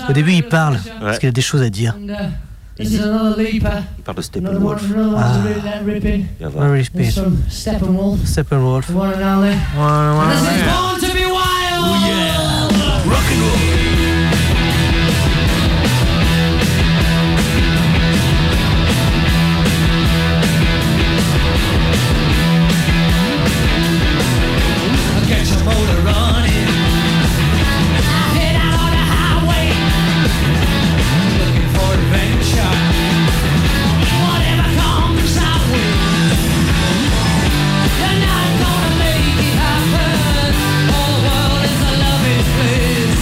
S1: Au début, il parle parce qu'il a des choses à dire.
S6: And, uh, This is another leaper,
S2: parle de
S6: another one
S2: Steppenwolf.
S6: from another one's doing that ripping.
S2: Viens voir.
S1: Very
S6: This
S1: speed.
S6: from Steppenwolf,
S1: Steppenwolf.
S6: the one and only.
S3: Ouais, ouais,
S6: This
S3: ouais.
S6: is born to be wild.
S5: Get your motor running.
S6: Head out on the highway,
S5: Looking for adventure.
S6: whatever comes our way. You're not gonna make it happen. All the world is a love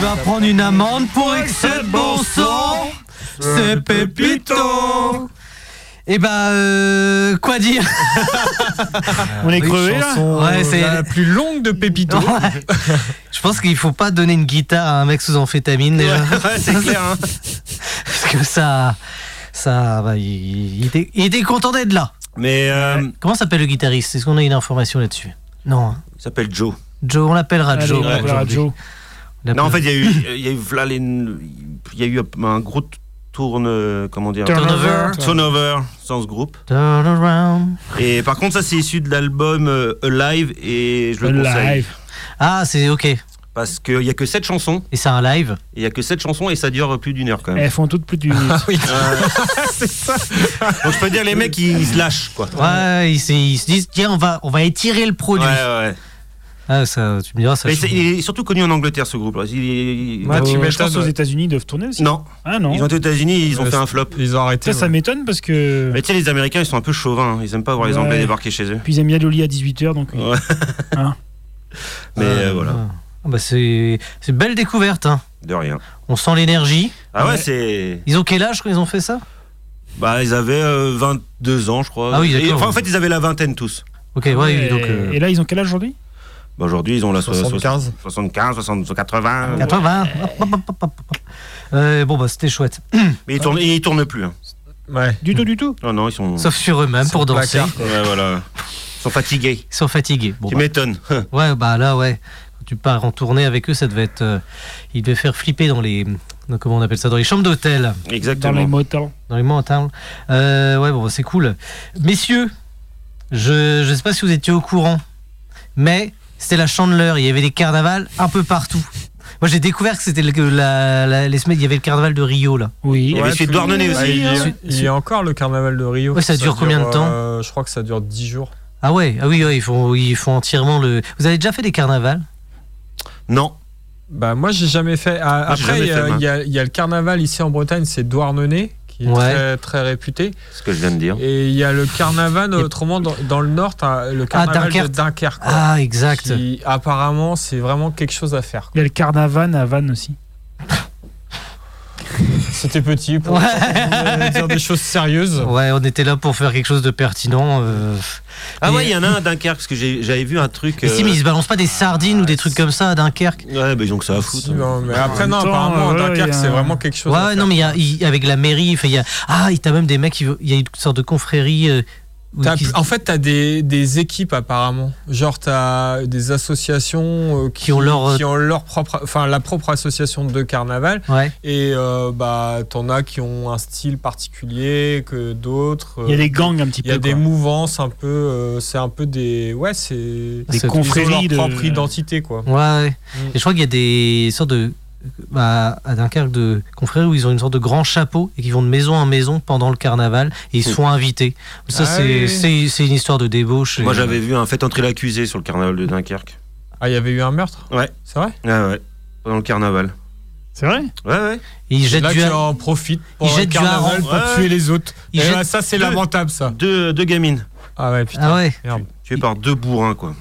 S1: vas prendre une amende pour excès de bon sang. C'est Pépito. Eh bah, euh, quoi
S2: (laughs)
S1: dire
S4: On est
S3: Oui,
S4: crevé là
S3: chanson,
S1: Ouais,
S3: euh,
S1: c'est-
S3: la plus longue de Pépito.
S1: Ouais. Je pense qu'il faut pas donner une guitare à un mec sous amphétamine déjà. (laughs)
S2: c'est clair. hein.
S1: Parce que ça. Ça. bah, il, il était, il était content d'être là.
S2: Mais euh,
S1: Comment s'appelle le guitariste Est-ce qu'on a une information là-dessus Non. hein.
S2: il s'appelle Joe.
S1: Joe, on l'appellera
S4: Allez,
S1: Joe.
S4: on va voir
S1: aujourd'hui.
S4: Joe.
S1: On l'appellera-
S2: Non, en fait, il y a eu, il y a eu, v'là les- il y a eu un gros tourne, euh, comment dire,
S4: Turnover.
S1: Turnover.
S2: turnover sans ce groupe.
S1: Turn around.
S2: Et par contre, ça c'est issu de l'album euh, Alive et je le conseille
S4: Live.
S1: Ah, c'est ok. Et
S2: parce qu'il y a que sept chansons,
S1: c'est un live.
S2: il y a que sept chansons et ça dure plus d'une heure quand même.
S4: Eh, Elles font toutes plus d'une minute.
S2: Donc je peux dire les mecs ils, ils se lâchent quoi.
S1: Ouais, ils, se- ils se disent tiens, on va, on va étirer le produit.
S2: Ouais, ouais.
S1: Ah, ça, tu me diras, ça.
S2: Mais
S1: je-
S2: c'est- il est surtout connu en Angleterre ce groupe. Il est- il-
S3: Ouais, tu
S4: Euh, je
S3: m'étonnes,
S4: pense aux
S3: ouais.
S4: États-Unis ils doivent tourner aussi.
S2: Non,
S4: Ah non.
S2: ils ont été aux États-Unis, ils ont
S3: Ouais,
S2: fait un flop.
S3: Ils ont arrêté.
S4: Ça, ça
S3: ouais.
S4: m'étonne parce que.
S2: Mais tu sais, les Américains ils sont un peu chauvins, hein. ils aiment pas voir les
S4: Ouais.
S2: Anglais débarquer chez eux.
S4: Puis ils aiment bien le lit à 18h donc. euh,
S2: Ouais.
S4: hein.
S2: Mais euh, voilà,
S1: Ah. Ah, bah, c'est c'est belle découverte. hein.
S2: de rien.
S1: On sent l'énergie.
S2: Ah ouais,
S4: Ouais.
S2: c'est.
S1: Ils ont quel âge quand ils ont fait ça
S2: Bah, ils avaient euh, 22 ans, je crois.
S1: Ah oui,
S2: Et-
S1: d'accord.
S2: enfin, en fait, ils avaient la vingtaine tous.
S1: Ok, ouais,
S4: et,
S1: donc. euh,
S4: et là ils ont quel âge aujourd'hui
S2: Bah, Aujourd'hui, ils ont la so-
S3: 75.
S2: 75, 60, 80.
S1: 80. Hop, hop, hop, hop, hop. Euh, bon, bah, c'était chouette.
S2: Mais ils tournent, ils tournent plus. hein. Oh,
S3: Ouais.
S1: Mm.
S4: Du tout, du tout.
S2: Non, non, ils sont.
S1: Sauf sur eux-mêmes pour danser.
S3: placard,
S2: Ouais, voilà. Ils sont fatigués.
S1: Ils sont fatigués. Bon,
S2: tu
S1: bah,
S2: m'étonnes. (laughs)
S1: ouais, bah là, ouais. Quand tu pars en tournée avec eux, ça devait être. euh, ils devaient faire flipper dans les. dans- comment on appelle ça Dans les chambres d'hôtel.
S4: Dans les
S2: Exactement.
S4: motels.
S1: Dans les montagnes. Euh, ouais, bon, bah, c'est cool. Messieurs, je ne sais pas si vous étiez au courant, mais c'était la chandeleur. Il y avait des carnavals un peu partout. Moi, j'ai découvert que c'était le- la- la- les semaines. Il y avait le carnaval de Rio, là.
S4: Oui.
S2: Il y avait
S3: Ouais,
S2: celui de
S3: tout-
S2: Douarnenez aussi.
S3: ouais, il, y a,
S1: Su-
S3: il y a encore le carnaval de Rio.
S1: Ouais, ça dure combien de temps
S3: euh, Je crois que ça dure 10 jours.
S1: Ah ouais, ah oui, ouais, ils, font, ils font entièrement le. Vous avez déjà fait des carnavals
S2: Non.
S3: Bah moi j'ai jamais fait. Ah,
S2: Moi, j'ai
S3: Après il
S2: jamais
S3: y, a-
S2: fait, moi.
S3: il y a- il y a le carnaval ici en Bretagne, c'est Douarnenez qui est
S1: Ouais.
S3: très, très réputé.
S2: Ce que je viens de dire.
S3: Et il y a le carnaval
S1: Et- Ah,
S3: autrement dans, dans le nord, t'as le carnaval
S1: Dunkerque.
S3: de Dunkerque. quoi,
S1: Ah, exact.
S3: qui, apparemment c'est vraiment quelque chose à faire.
S4: Il y a le carnavan à Vannes aussi.
S3: C'était petit pour
S1: Ouais. (laughs)
S3: pour dire des choses sérieuses.
S1: Ouais, on était là pour faire quelque chose de pertinent. euh.
S2: Ah
S1: Mais-
S2: ouais, il y en a un à Dunkerque, parce que j'ai- j'avais vu un truc.
S1: Mais si,
S2: euh,
S1: mais ils se balancent pas des sardines ou des trucs comme ça à Dunkerque
S2: Ouais, bah, ils ont que ça à foutre.
S3: Si, non, mais après
S4: même
S3: non,
S4: temps, euh,
S3: apparemment à
S4: ouais,
S3: Dunkerque
S4: il y a
S3: c'est
S4: un-
S3: vraiment quelque chose.
S1: Ouais,
S3: à
S1: ouais,
S3: faire.
S1: non, mais il y a, il- avec la mairie, enfin, il y a. Ah, il- t'as même des mecs, ils- il y a une sorte de confrérie. euh, où
S3: T'as
S1: qui-
S3: pu- en fait, t'as des, des équipes apparemment. Genre, t'as des associations euh, qui,
S1: Qui ont leur, euh,
S3: qui ont leur propre, enfin la propre association de carnaval.
S1: Ouais.
S3: Et euh, bah, t'en as qui ont un style particulier que d'autres.
S4: Il y a
S3: Euh,
S4: des gangs un petit
S3: il y a
S4: peu.
S3: des
S4: quoi.
S3: mouvances un peu. euh, c'est un peu des. Ouais, c'est.
S4: Des
S1: C'est-
S3: Ils ont leur
S4: confréries de.
S3: propre identité, quoi.
S1: Ouais, ouais.
S3: Mm.
S1: Et je crois qu'il y a des sortes de. bah, à Dunkerque, de confrères où ils ont une sorte de grand chapeau et qui vont de maison en maison pendant le carnaval et ils
S2: Mm.
S1: se font inviter. Ça,
S3: Ah
S1: c'est,
S3: oui.
S1: c'est, c'est une histoire de débauche.
S2: Moi,
S1: Et-
S2: j'avais vu un fait entrer l'accusé sur le carnaval de Dunkerque.
S3: Ah, il y avait eu un meurtre
S2: Ouais.
S3: C'est vrai
S2: Ah ouais. Pendant le carnaval.
S4: C'est vrai
S2: Ouais, ouais.
S1: Et ils jettent
S3: Là,
S1: du.
S3: tu en profites pour
S1: Ils
S3: le
S1: jettent du
S3: carnaval pour
S2: hareng. Ouais.
S3: tuer les autres.
S1: Ils
S3: Et
S1: jettent
S3: bah, ça, c'est
S2: deux-
S3: lamentable, ça.
S2: Deux, deux gamines.
S3: Ah ouais, putain.
S1: Ah ouais.
S3: Merde.
S2: Tuées par deux bourrins, quoi.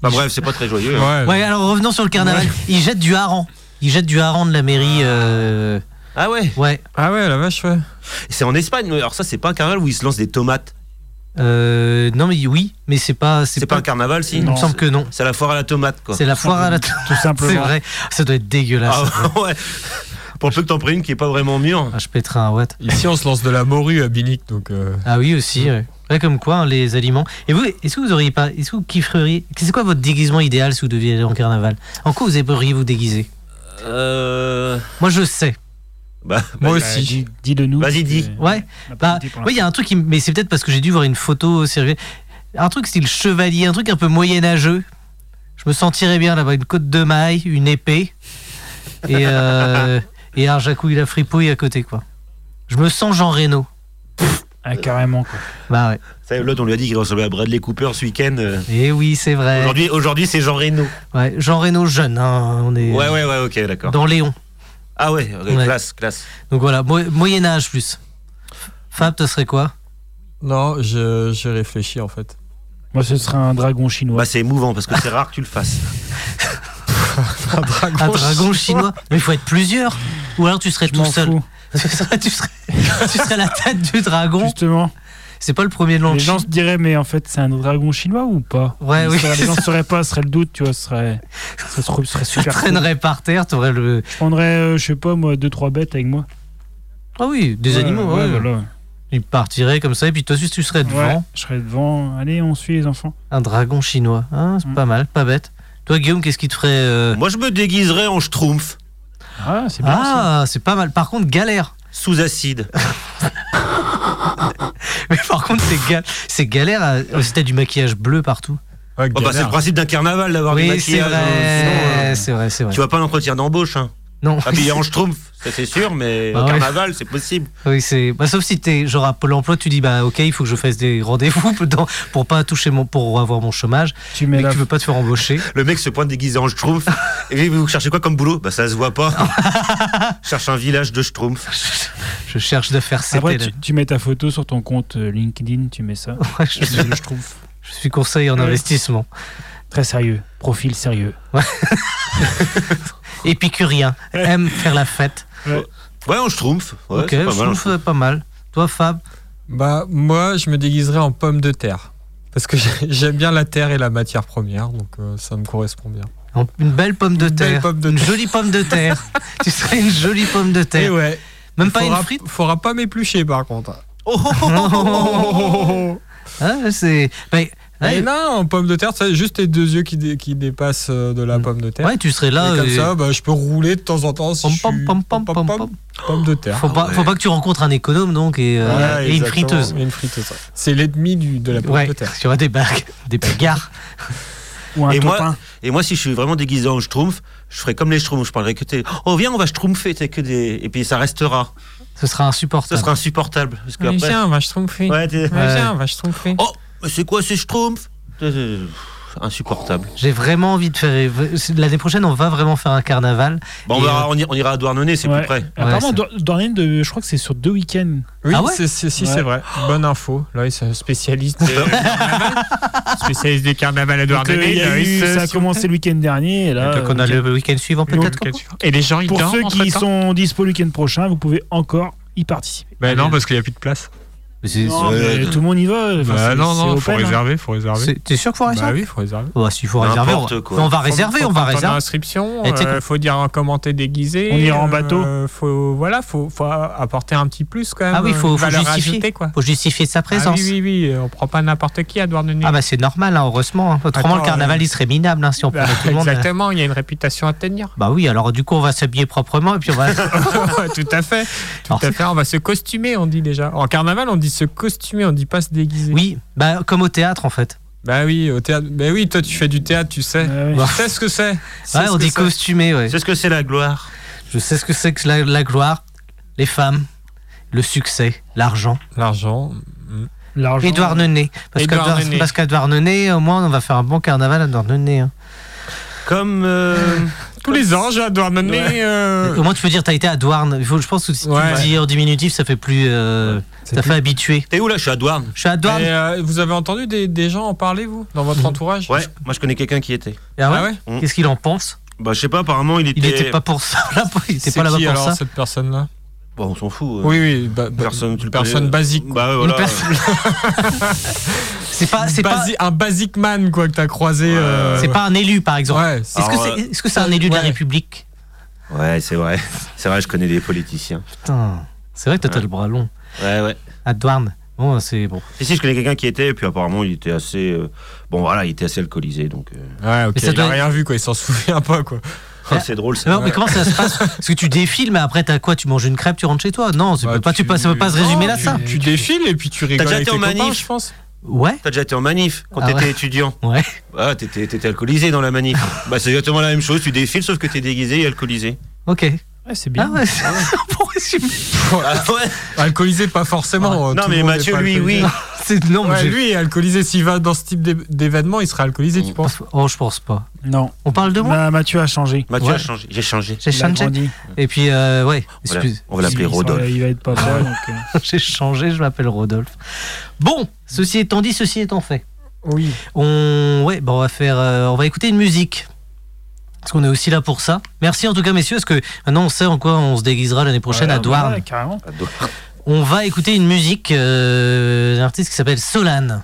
S2: Bah, bref, c'est pas très joyeux. hein.
S3: Ouais.
S1: Ouais, alors revenons sur le carnaval. Ils jettent du hareng. Ils jettent du hareng de la mairie. euh,
S2: Ah ouais
S1: Ouais.
S3: Ah ouais, la vache, ouais.
S2: C'est en Espagne. mais Alors, ça, c'est pas un carnaval où ils se lancent des tomates.
S1: Euh, non, mais oui, mais c'est pas.
S2: C'est pas un carnaval, si
S1: Il me
S4: Non,
S1: semble que non.
S2: C'est la foire à la tomate, quoi.
S1: C'est la foire à la.
S4: Tout simplement.
S1: C'est vrai. Ça doit être dégueulasse.
S2: Ah (laughs) ouais. Pour peu que t'en prennes une qui est pas vraiment mûre.
S1: Ah, je pèterai un watt.
S3: Ici, on se lance de la morue à Binic, donc. euh,
S1: Ah oui aussi. Ouais. Ouais, comme quoi hein, les aliments. Et vous, est-ce que vous auriez pas, est-ce que vous kifferiez, c'est quoi votre déguisement idéal si vous deviez aller en carnaval En quoi vous aimeriez vous déguiser
S2: Euh.
S1: Moi je sais.
S2: Bah,
S3: Moi
S4: Bah,
S3: aussi.
S4: dis- Dis-le nous.
S2: Vas-y, dis.
S4: Euh,
S1: Ouais.
S4: on n'a pas
S1: Bah,
S4: d'idée pour
S1: oui, il y a un truc, qui m- mais c'est peut-être parce que j'ai dû voir une photo servie. Un truc style chevalier, un truc un peu moyenâgeux. Je me sentirais bien là-bas, une côte de maille, une épée et,
S2: (laughs)
S1: euh, et un jacouille la fripouille à côté, quoi. Je me sens Jean Reno.
S4: l'instant. Ah, carrément. Quoi.
S1: Bah ouais.
S2: Ça, l'autre, on lui a dit qu'il ressemblait à Bradley Cooper ce week-end. euh.
S1: Et oui, c'est vrai.
S2: Aujourd'hui, aujourd'hui, c'est Jean Reno.
S1: Ouais, Jean Reno jeune, hein, on est
S2: Ouais, ouais, ouais, ok, d'accord.
S1: dans Léon.
S2: Ah ouais, ok,
S1: Ouais.
S2: classe, classe.
S1: Donc voilà, mo- Moyen Âge plus. Fab, ce serait quoi
S3: Non, je- j'ai réfléchi en fait.
S4: Moi, ce serait un dragon chinois.
S2: (laughs) Bah, c'est émouvant parce que c'est rare que tu le fasses.
S3: un dragon.
S1: Un dragon chinois Mais il faut être plusieurs. Ou alors tu serais
S4: Je
S1: tout
S4: m'en
S1: (laughs) seul.
S4: fous.
S1: tu, serais, tu serais- tu serais la tête du dragon.
S4: Justement,
S1: C'est pas le premier de l'an.
S4: les gens se diraient, mais en fait, c'est un dragon chinois ou pas
S1: Ouais,
S4: Ils
S1: oui.
S4: seraient- Les gens ne sauraient pas, ce serait le doute, tu vois, ce serait, ça serait, ce serait
S1: Tu
S4: super. cool.
S1: traînerais par terre, tu aurais le.
S4: Je prendrais, euh, je sais pas, moi, deux trois bêtes avec moi.
S1: Ah oui, des
S4: Ouais,
S1: animaux, ouais.
S4: ouais, voilà.
S1: Ils partiraient comme ça, et puis toi, tu serais devant.
S4: Ouais, je serais devant. Allez, on suit les enfants.
S1: Un dragon chinois. Hein, c'est
S4: Mm.
S1: pas mal, pas bête. Toi, Guillaume, qu'est-ce qui te ferait. euh,
S2: Moi, je me déguiserais en schtroumpf,
S4: Ah, c'est bien. ça.
S1: Ah, c'est pas mal. Par contre, galère. (laughs)
S2: sous acide.
S1: Ah, Mais par contre, c'est ga- c'est galère. à- euh, C'était du maquillage bleu partout.
S3: Ouais,
S2: Oh, bah, c'est
S3: Ah, galère.
S2: le principe d'un carnaval d'avoir du
S1: Oui, c'est
S2: maquillage.
S1: vrai.
S2: hein, sinon, euh,
S1: C'est vrai, c'est vrai.
S2: Tu vois pas l'entretien
S1: (laughs)
S2: d'embauche, hein.
S1: Non.
S2: Habillé en schtroumpf, ça c'est sûr, mais
S1: Bah
S2: au
S1: ouais.
S2: carnaval, c'est possible.
S1: Oui, c'est bah, sauf si t'es genre à Pôle Emploi, tu dis bah ok, il faut que je fasse des rendez-vous (laughs) dans- pour pas toucher mon pour avoir mon chômage,
S4: Tu
S1: mais,
S4: mets la
S1: que tu veux pas te faire
S3: (laughs)
S1: embaucher.
S2: Le mec se pointe déguisé
S1: (laughs)
S2: en schtroumpf. Et vous cherchez quoi comme boulot Bah ça se voit pas. Je Cherche un village de schtroumpf.
S1: je cherche de faire
S4: Après,
S1: c'était.
S4: tu, tu mets ta photo sur ton compte euh, LinkedIn, tu mets ça.
S1: je, suis-
S4: je trouve
S1: je suis conseiller en
S4: Ouais.
S1: investissement.
S4: très sérieux. Profil sérieux.
S1: Épicurien, aime faire la fête.
S2: Ouais, en schtroumpf. (laughs) Ouais,
S1: ok,
S2: c'est pas
S1: je
S2: mal. en
S1: trouve euh, pas mal. Toi, Fab,
S3: Bah, moi, je me déguiserais en pomme de terre. Parce que j'ai- j'aime bien la terre et la matière première, donc euh, ça me correspond bien.
S1: en- une belle pomme de
S3: Une belle
S1: terre,
S3: pomme de
S1: une
S3: terre.
S1: jolie pomme de
S3: (laughs)
S1: terre. tu serais une jolie pomme de
S3: Et
S1: terre.
S3: ouais.
S1: Même pas
S3: faudra,
S1: une frite. Oh,
S3: Faudra pas m'éplucher par contre.
S1: Ah, c'est. bah,
S3: Et
S1: ouais,
S3: là, en pomme de terre, c'est juste tes deux yeux qui, dé- qui dépassent euh, de la pomme de terre.
S1: Mm. ouais, tu serais
S3: Et
S1: là. euh,
S3: comme
S1: et-
S3: ça, bah, je peux rouler de temps en temps. Si
S1: Pom,
S3: je
S1: pom,
S3: suis-
S1: pom, pom, pom, pom.
S3: pomme de terre.
S1: Faut pas, faut pas que tu rencontres un économe donc et,
S4: Ah,
S1: euh,
S3: Ah Ouais,
S1: et une
S3: exactement.
S1: friteuse.
S3: Et une friteuse. ouais. C'est l'ennemi du- de la pomme
S1: Ouais,
S3: de terre.
S1: tu vois des bagues, des bagarres.
S4: Ou un
S2: Et moi-
S4: topin.
S2: Et moi, si je suis vraiment déguisé en schtroumpf, je ferais comme les schtroumpfs. Je parlerais que t'es. Oh, viens, on va schtroumpfer. t'es que des. Et puis ça restera.
S1: Ce sera
S2: Ça
S1: insupportable.
S2: sera insupportable. Parce que après.
S3: on va se tromper.
S2: Ouais, t'es-
S1: Ouais.
S3: va se tromper.
S2: Oh, mais c'est quoi ces schtroumpfs Euh, Insupportable.
S1: J'ai vraiment envie de faire. L'année prochaine, on va vraiment faire un carnaval.
S2: Bon, on,
S1: Et,
S2: verra, on, ira, on ira à Douarnenez, c'est
S4: Ouais.
S2: plus près.
S4: Apparemment,
S1: Ouais,
S4: Dor- Dornen, de- je crois que c'est sur deux week-ends.
S3: Oui,
S1: Ah ouais
S3: c'est- c'est- si,
S4: Ouais.
S3: c'est vrai. Bonne info. Loïs, euh,
S4: (laughs)
S3: spécialiste. du carnaval. spécialiste du carnaval à
S4: Donc, euh, il y a eu- ça a commencé le week-end dernier. Et
S3: Ah,
S4: là, euh,
S1: Donc on a le week-end suivant peut-être. quoi.
S3: Et les gens, ils
S4: Pour ceux qui sont dispo le week-end prochain, vous pouvez encore y participer.
S3: Ben non, parce qu'il n'y a plus de place.
S1: Mais c'est-
S4: Non, mais tout le monde y va. enfin,
S3: Bah
S4: c'est-
S3: non,
S4: c'est
S3: non,
S4: open,
S3: faut
S4: hein.
S3: réserver, faut réserver.
S1: c'est- T'es sûr qu'il faut
S3: Bah
S1: réserver
S3: oui, faut réserver.
S1: Oh, S'il faut réserver, on va,
S2: N'importe quoi.
S1: on va réserver, on va
S3: Faut
S1: réserver.
S3: inscription,
S1: Et tu sais
S3: euh, faut dire un commentaire déguisé.
S4: On ira en bateau.
S3: euh, faut, voilà, faut, faut apporter un petit plus quand même.
S1: Ah oui, faut, faut
S3: une valeur
S1: justifier.
S3: ajoutée, quoi.
S1: Faut justifier sa
S3: Ah
S1: présence.
S3: oui, oui, oui, euh, on prend pas n'importe qui à Douarnenez.
S1: Ah bah c'est normal, hein, heureusement. hein. Autrement,
S3: Attends,
S1: le carnaval,
S3: euh,
S1: il serait minable hein, si on
S3: Bah,
S1: prenait tout
S3: (laughs)
S1: le monde.
S3: exactement, il y a une réputation à tenir. (laughs)
S1: Bah oui, alors du coup, on va s'habiller proprement et puis on va.
S3: tout à fait, tout
S1: Alors,
S3: à fait. On va se costumer, on dit déjà. En carnaval, on dit se costumer, on dit pas se déguiser.
S1: oui, bah comme au théâtre en fait.
S3: Bah oui, au théâtre. Bah oui, toi tu fais du théâtre, tu sais.
S4: Ah ouais.
S1: Bah,
S3: Tu sais ce que c'est. Tu sais
S1: Ouais,
S3: ce
S1: on
S3: que
S1: dit
S3: c'est.
S1: costumé, ouais.
S2: C'est ce que c'est la gloire.
S1: Je sais ce que c'est que la, la gloire, les femmes, le succès, l'argent.
S3: L'argent.
S4: L'argent.
S1: Et Douarnenez. Parce
S3: Et
S1: qu'à Douar-
S3: Douarnenez.
S1: parce qu'à Douarnenez, au moins, on va faire un bon carnaval à Douarnenez. hein.
S2: Comme. euh,
S3: Tous les ans, j'ai à Douarnenez. euh,
S1: Au moins, tu peux dire, t'as été à Douarn. Il faut, je pense que si tu
S3: Ouais.
S1: le dis en diminutif, ça fait plus. euh,
S3: C'est
S1: ça
S3: plus-
S1: fait habitué.
S2: (laughs) T'es où là Je suis à Douarn.
S1: Je suis à Douarn.
S3: Et, euh, vous avez entendu des, des gens en parler, vous, dans votre entourage
S2: Ouais, moi je connais quelqu'un qui y était.
S1: Mm. Ah ouais
S3: Ah ouais
S2: Mm.
S1: Qu'est-ce qu'il en pense
S2: Bah, je sais pas, apparemment, il était.
S1: Il n'était pas pour ça. (laughs) là, il était
S3: C'est
S1: pas là-bas
S3: qui
S1: pour
S3: alors
S1: ça.
S3: cette personne-là
S2: Bon, on s'en fout. euh.
S3: Oui, oui, bah, bah,
S2: Personne, tu le
S3: personne
S2: connais.
S3: basique. quoi.
S2: Bah, ouais,
S1: Une
S2: voilà.
S1: personne-
S3: (laughs)
S1: (laughs) c'est pas, c'est pas,
S3: Basi- Un basic man, quoi, que t'as croisé.
S2: Ouais.
S3: euh,
S1: c'est pas un élu, par exemple.
S3: Ouais,
S1: Est-ce que
S2: Alors,
S1: c'est, est-ce que c'est un élu de la
S3: euh, ouais.
S1: République
S2: Ouais, c'est vrai. C'est vrai, je connais des politiciens.
S1: Putain, c'est vrai que toi, t'as le bras long.
S2: Ouais, ouais.
S1: À Douarn. Bon, c'est bon.
S2: Et si je connais quelqu'un qui y était, et puis apparemment, il était assez. euh, Bon, voilà, il était assez alcoolisé, donc. euh,
S3: Ah. Ouais, ok.
S1: Mais ça
S3: il a
S1: doit-
S3: rien vu, quoi. Il s'en souvient pas, quoi.
S2: Ah, c'est drôle, ça.
S1: Non, mais comment ça se passe Parce que tu défiles, mais après, t'as quoi Tu manges une crêpe, tu rentres chez toi Non, ça
S3: Bah,
S1: peut pas, tu...
S3: tu-
S1: pas- ça peut pas se résumer là,
S3: tu,
S1: ça.
S3: Tu défiles et puis tu rigoles
S2: déjà
S3: avec
S2: été
S3: tes
S2: en
S3: copains,
S2: manif
S3: je pense.
S1: Ouais
S2: T'as déjà été en manif quand
S1: Ah
S2: t'étais
S1: ouais.
S2: étudiant.
S1: Ouais.
S2: Ah, t'étais t'étais alcoolisé dans la manif. bah, c'est exactement la même chose. Tu défiles, sauf que t'es déguisé et alcoolisé.
S1: Ok.
S4: Ouais, c'est
S1: Ah
S4: bien.
S1: ouais, c'est pour résumer.
S2: Ah, ouais.
S3: Alcoolisé, pas forcément. euh, tout
S2: non,
S3: le
S2: mais
S3: monde est
S2: Mathieu,
S3: pas
S2: lui,
S3: alcoolisé.
S2: oui.
S1: C'est- Non, mais
S3: Ouais,
S1: j'ai-
S3: lui est alcoolisé. S'il va dans ce type d'é- d'événement, il sera alcoolisé, tu penses
S1: Oh, je pense pas.
S4: Non.
S1: On parle de moi
S4: Bah, Mathieu a changé.
S2: Mathieu
S1: Ouais.
S2: a changé. J'ai changé.
S1: J'ai
S4: Il a
S1: changé.
S4: grandi.
S1: Et puis, euh, ouais,
S2: Voilà.
S1: excuse.
S2: On va l'appeler
S4: Il sera-
S2: Rodolphe.
S4: Il va être pas bon, donc, euh,
S1: (laughs) J'ai changé, je m'appelle Rodolphe. Bon, ceci étant dit, ceci étant fait.
S3: Oui.
S1: On, ouais, bah, on va faire, euh, on va écouter une musique. Parce qu'on est aussi là pour ça. Merci en tout cas, messieurs, parce que maintenant on sait en quoi on se déguisera l'année prochaine
S3: Ah,
S4: Ouais,
S1: à
S4: bah
S1: Douarn.
S4: ouais, carrément.
S1: On va écouter une musique euh, d'un artiste qui s'appelle Solane.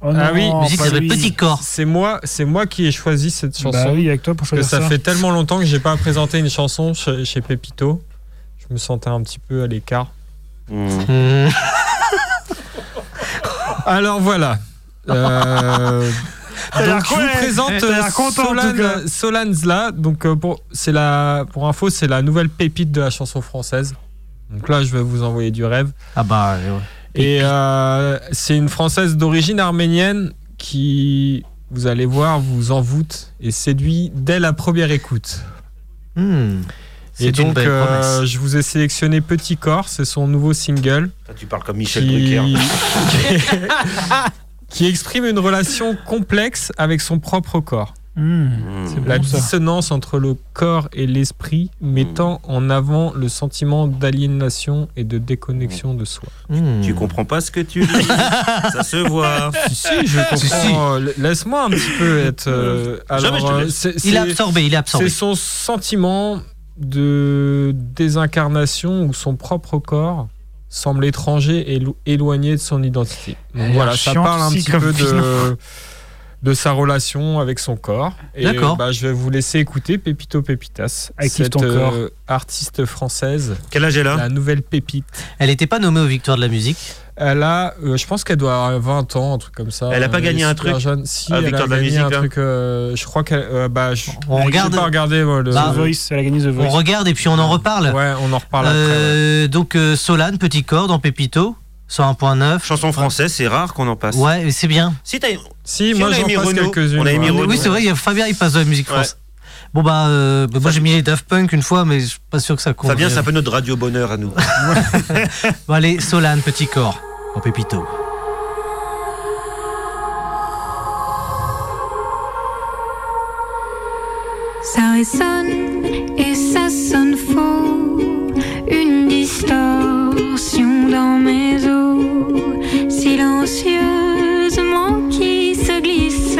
S4: Oh
S3: Ah oui,
S4: non,
S1: musique qui
S4: pas
S1: s'appelle
S4: lui.
S1: Petit Corps.
S3: C'est moi, c'est moi qui ai choisi cette chanson.
S4: Bah oui, avec toi pour
S3: Parce que
S4: choisir
S3: ça,
S4: ça.
S3: fait tellement longtemps que j'ai pas présenté une chanson chez, chez Pépito. Je me sentais un petit peu à l'écart.
S2: Mmh.
S1: Mmh.
S3: Alors voilà. Euh,
S4: T'as l'air
S3: donc, je
S4: cool,
S3: vous
S4: hein.
S3: présente euh,
S4: T'as l'air content, en tout cas.
S3: Solane, Zla. Donc euh, pour c'est la pour info c'est la nouvelle pépite de la chanson française. Donc là je vais vous envoyer du rêve.
S1: Ah bah, ouais.
S3: Et euh, c'est une française d'origine arménienne qui vous allez voir vous envoûte et séduit dès la première écoute.
S1: Mmh.
S3: Et
S1: C'est une
S3: donc
S1: belle
S3: euh,
S1: promesse.
S3: je vous ai sélectionné Petit Corps, c'est son nouveau single.
S2: Toi, tu parles comme Michel
S3: qui-
S2: Drucker.
S1: (laughs)
S3: qui exprime une relation complexe avec son propre corps.
S4: Hmm.
S2: Mmh.
S4: C'est
S3: La
S4: bon, ça.
S3: dissonance entre le corps et l'esprit mettant en avant le sentiment d'aliénation et de déconnexion de soi.
S1: Mmh.
S2: Tu comprends pas ce que tu dis. ça se voit.
S3: Si, si, je comprends.
S1: Si, si.
S3: Euh, Laisse-moi un petit peu être. euh,
S2: Jamais je te
S3: alors, euh,
S2: laisse.
S3: c'est-
S1: Il est
S3: c'est-
S1: absorbé, il est
S4: Ah
S1: absorbé.
S3: C'est son sentiment de désincarnation où son propre corps semble étranger et élo- éloigné de son identité.
S4: Elle a
S3: Donc
S4: l'air
S3: voilà, ça
S4: chiante
S3: parle un
S4: aussi
S3: petit
S4: comme
S3: peu
S4: film.
S3: de, de sa relation avec son corps. Et
S1: D'accord.
S3: bah, je vais vous laisser écouter Pépito Pépitas,
S4: Active
S3: cette
S4: ton corps.
S3: euh, artiste française,
S2: Quel âge elle a
S3: la nouvelle pépite.
S1: Elle n'était pas nommée aux Victoires de la musique.
S3: Elle a, euh, je pense qu'elle doit avoir 20 ans, un truc comme ça.
S2: Elle a pas
S3: Euh,
S2: gagné
S3: est
S2: un
S3: super
S2: truc
S3: jeune. Si,
S2: à
S3: elle a
S2: Victoire de la
S3: gagné
S2: musique, hein.
S3: un
S2: là
S3: truc, euh, je crois qu'elle, euh, bah, je,
S1: On
S3: je
S1: regarde,
S3: vais pas regarder moi, le-
S1: Bah,
S4: The Voice, elle a gagné The
S1: on
S4: Voice.
S1: regarde et puis on en reparle.
S3: Ouais, on en reparle après. ouais.
S1: Euh, Donc euh, Solane, Petit Corps dans Pépito, 101.9.
S2: Chanson française, c'est rare qu'on en passe.
S1: Ouais, et c'est bien.
S2: Si t'as-
S3: Si,
S2: si
S3: moi
S2: on a
S3: j'en
S2: mis
S3: passe
S2: Renaud,
S3: quelques-unes.
S2: on a
S3: ouais.
S2: mis Renaud.
S1: oui, c'est vrai, il y a Fabien, il passe de la musique
S2: Ouais.
S1: France. Bon, bah, euh, bah, moi j'ai mis les Daft Punk une fois, mais je suis pas sûr que ça compte.
S2: Fabien, c'est un peu notre radio bonheur à nous.
S1: Bon, allez, Solane, Petit Corps dans Pépito.
S9: Ça résonne et ça sonne faux. Une distorsion dans mes os. Silencieusement qui se glisse,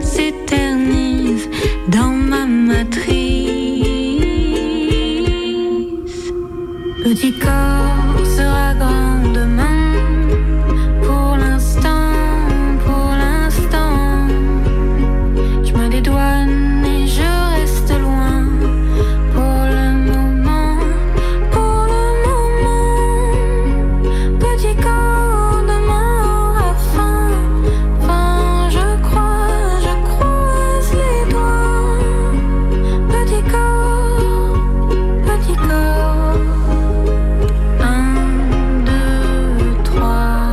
S9: s'éternise dans ma matrice. Petit corps sera grand demain. Pour l'instant, pour l'instant. Je me dédouane et je reste loin pour le moment, pour le moment. Petit corps demain aura fin, fin. Je crois, je croise les doigts. Petit corps, petit corps. Un, deux, trois.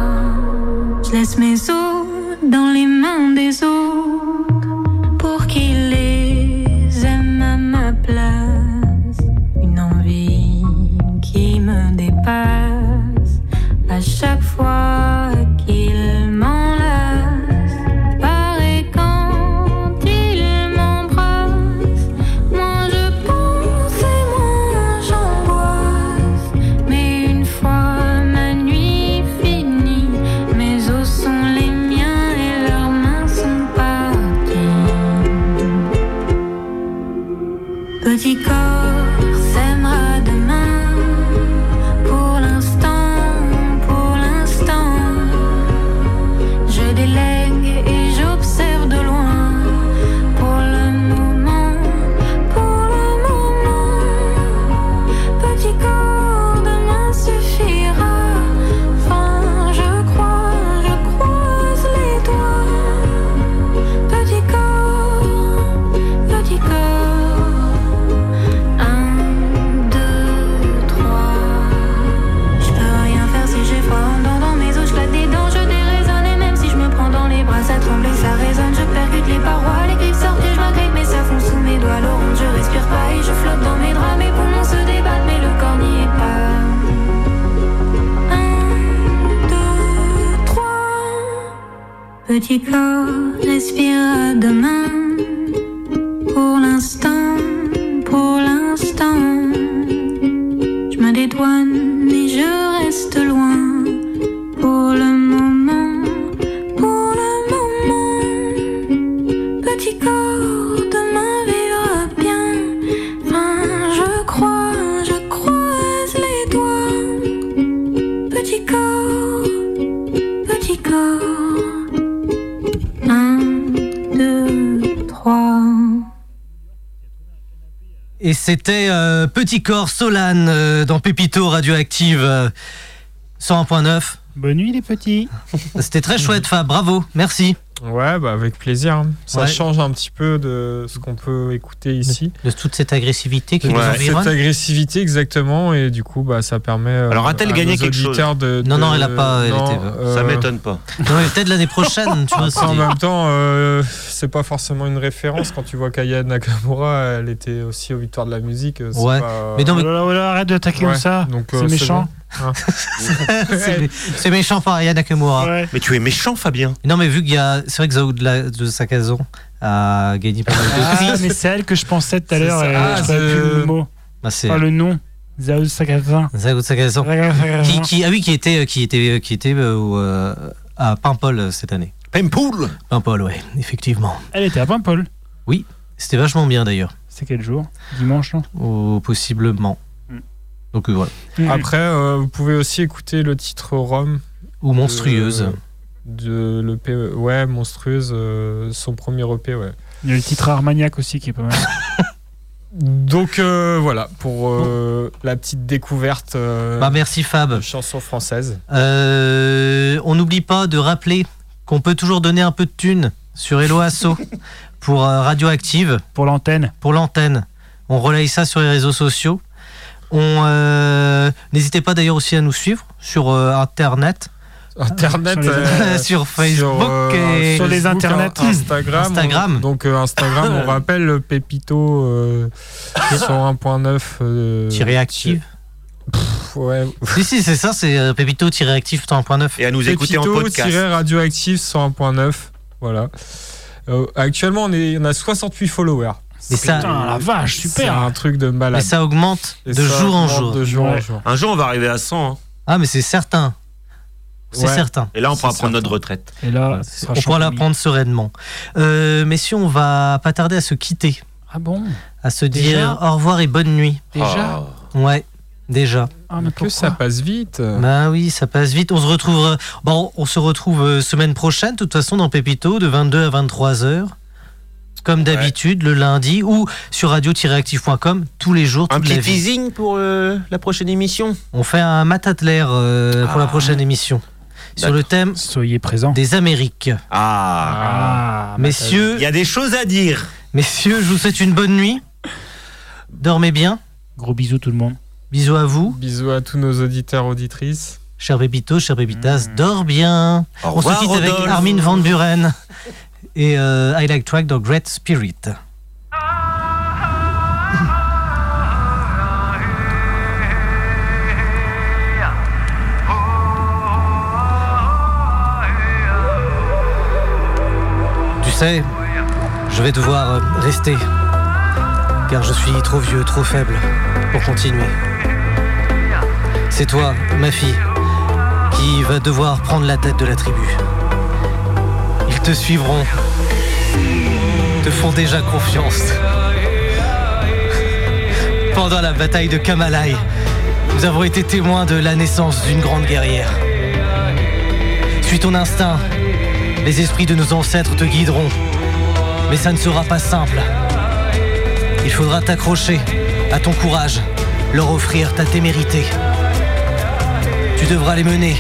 S9: Je laisse mes os dans les mains des autres pour qu'il les aime à ma place. Une envie qui me dépasse à chaque fois qu'il m'enlace. Pareil quand il m'embrasse, moins je pense et moins j'angoisse. Mais une fois ma nuit finie, mes os sont les miens et leurs mains sont parties. Petit corps s'aimera demain. Pour l'instant, pour l'instant, je délègue et j'observe de loin. Pour le moment, pour le moment, petit corps demain suffira. Enfin, je crois, je croise les doigts. Petit corps, petit corps. Un, deux, trois. Je peux rien faire si j'ai froid en dedans dans mes os, je claque des dents, je déraisonne et même si je me prends dans les bras, ça tremble et ça résonne. Je percute les parois, les griffes sortent et je m'agrippe, mais ça fond sous mes doigts. L'orange, je respire pas et je flotte dans mes draps, mes poumons se débattent, mais le corps n'y est pas. Un, deux, trois. Petit corps, respire à demain. Pour l'instant, pour l'instant, je me dédouane et je reste loin. Pour le moment, pour le moment, petit corps demain vivra
S1: Et c'était euh, Petit Corps Solane euh, dans Pépito Radioactive euh, 101.9.
S4: Bonne nuit les petits.
S1: C'était très chouette, Fab. Bravo, merci.
S3: Ouais, bah avec plaisir. Ça
S1: Ouais.
S3: change un petit peu de ce qu'on peut écouter ici.
S1: De toute cette agressivité qui nous
S2: Ouais.
S3: Cette
S1: environne.
S3: agressivement, exactement, et du coup, bah, ça permet. euh,
S2: Alors, a-t-elle
S3: à
S2: gagné
S3: nos
S2: quelque chose
S3: auditeurs de,
S1: Non,
S3: de-
S1: non, elle a pas- elle
S3: Non,
S1: était-
S3: euh,
S2: Ça m'étonne pas.
S1: Non, mais Peut-être l'année prochaine, tu vois.
S3: après, en
S1: c'est-
S4: hein.
S3: même temps, euh, c'est pas forcément une référence. Quand tu vois Kaya Nakamura, elle était aussi aux victoires de la musique. euh, c'est
S1: Ouais.
S3: pas-
S1: Mais non,
S4: Oh
S1: mais
S4: là là, oh là, arrête de attaquer
S3: Ouais,
S4: comme ça.
S3: donc, euh,
S4: C'est méchant.
S1: c'est mé- c'est méchant par Aya Nakamura.
S4: Ouais.
S2: Mais tu es méchant, Fabien.
S1: Non, mais vu qu'il y a. C'est vrai que Zao de, la- de Sakazon a gagné pas mal de prix.
S4: Ah, mais c'est elle que je pensais tout à
S3: C'est
S4: l'heure.
S3: ça.
S4: et
S3: Ah,
S4: je
S3: c'est-
S4: savais plus le mot.
S1: Bah, c'est
S4: Pas le nom. Zao Sakazin.
S1: Zao de Sakazon. Qui, qui- ah oui, qui était, qui était, qui était euh, au, euh, à Paimpol euh, cette année.
S2: Pempool
S1: Paimpol, ouais, effectivement.
S4: Elle était à Paimpol.
S1: C'était vachement bien d'ailleurs,
S4: C'est quel jour Dimanche, non
S1: au, possiblement.
S4: Mm.
S1: Donc euh, voilà.
S3: Après, euh, vous pouvez aussi écouter le titre Rome
S1: Ou
S3: Euh,
S1: monstrueuse.
S3: de l'EP. Ouais, Monstrueuse, euh, son premier EP, ouais.
S4: Il y a le titre Armagnac aussi qui est pas mal.
S3: Donc euh, voilà, pour euh, la petite découverte euh,
S1: Bah, merci Fab.
S3: de chansons françaises.
S1: Euh, on n'oublie pas de rappeler qu'on peut toujours donner un peu de thunes sur Hello
S3: (laughs)
S1: Asso pour euh, Radioactive,
S4: Pour l'antenne.
S1: pour l'antenne. On relaye ça sur les réseaux sociaux. On euh, n'hésitez pas d'ailleurs aussi à nous suivre sur euh, internet,
S3: Internet.
S4: sur les-
S1: (laughs)
S3: euh,
S1: sur Facebook
S3: sur, euh,
S1: et
S4: sur les internets.
S3: in- Instagram.
S1: Instagram.
S3: on- donc euh, Instagram, on rappelle le Pépito euh, 101.9. euh,
S1: Tiré active.
S3: pff, Ouais.
S1: si si c'est ça, c'est euh, pépito-active.9.
S2: Et à nous écouter en podcast.
S3: Pépito-radioactive 101.9. Voilà. Euh, actuellement, on, est, on a 68 followers.
S1: Mais ça-
S4: Putain, la vache,
S3: C'est
S4: super.
S3: un truc de
S1: Mais
S3: malade.
S1: ça augmente
S3: Et
S1: de
S3: ça
S1: jour en
S3: augmente
S1: jour.
S3: De jour en
S4: Ouais.
S3: jour.
S2: Un jour, on va arriver à 100. hein.
S1: Ah mais c'est certain. C'est
S3: Ouais.
S1: certain.
S2: Et là, on
S3: C'est
S2: pourra prendre
S3: certain.
S2: notre retraite.
S4: Et là, ce
S1: On
S4: sera
S1: pourra la
S4: champion.
S1: prendre sereinement. Euh, messieurs, on va pas tarder à se quitter,
S4: Ah bon
S1: à se
S4: Déjà
S1: dire au revoir et bonne nuit.
S3: Ah.
S4: Déjà
S2: Oh.
S1: Ouais, déjà.
S4: Ah, mais
S3: Que
S4: pourquoi
S3: ça passe vite.
S1: Bah oui, ça passe vite. On se retrouve, euh, bon, on se retrouve euh, semaine prochaine, de toute façon, dans Pépito, de 22 à 23 heures. Comme d'habitude, le lundi, ou sur radio-active.com, tous les jours,
S2: Un
S1: toute la
S2: petit
S1: vie.
S2: teasing pour euh, la prochaine émission.
S1: On fait un matatler euh, pour la prochaine émission. Sur le thème
S4: Soyez présents.
S1: des Amériques.
S2: Ah,
S4: Ah,
S1: messieurs,
S2: il y a des choses à dire.
S1: messieurs, je vous souhaite une bonne nuit. Dormez bien.
S4: Gros bisous tout le monde.
S1: Bisous à vous,
S3: Bisous à tous nos auditeurs, auditrices.
S1: cher Bébito, cher Bébitas, dors bien.
S2: Au
S1: On se
S2: revoir,
S1: quitte avec
S2: Rodolphe.
S1: Armin Van Buren et euh, I Like Track dans Great Spirit. Tu sais, je vais devoir euh, rester, car je suis trop vieux, trop faible pour continuer. C'est toi, ma fille, qui va devoir prendre la tête de la tribu. Ils te suivront, te font déjà confiance. Pendant la bataille de Kamalai, nous avons été témoins de la naissance d'une grande guerrière. Suis ton instinct, les esprits de nos ancêtres te guideront, mais ça ne sera pas simple. Il faudra t'accrocher à ton courage, leur offrir ta témérité. Tu devras les mener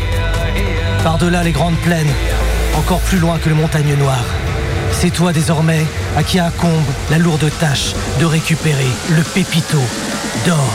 S1: par-delà les grandes plaines, encore plus loin que le montagne noire. C'est toi désormais à qui incombe la lourde tâche de récupérer le pépito d'or.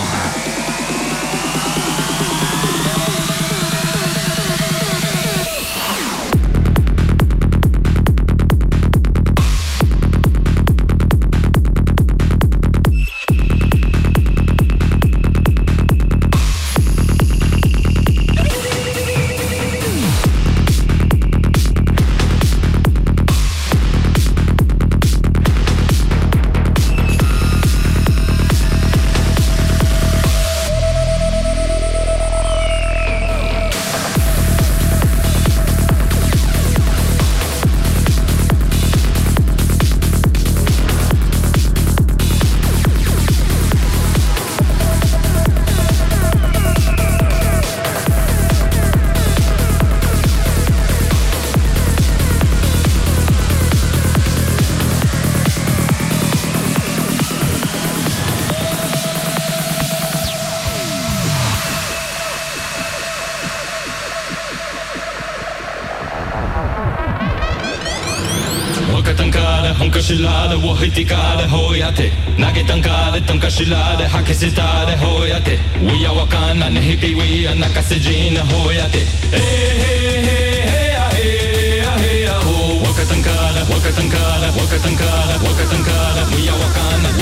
S10: んかしらでおひてかでほやて投げたんかでたんかしらで吐きせたでほやて We are わかんなねひて We are 泣かせじなほやてえへへへあへあへあほわかたんかでわかたんかでわかたんかでわかたんかで We are わかんな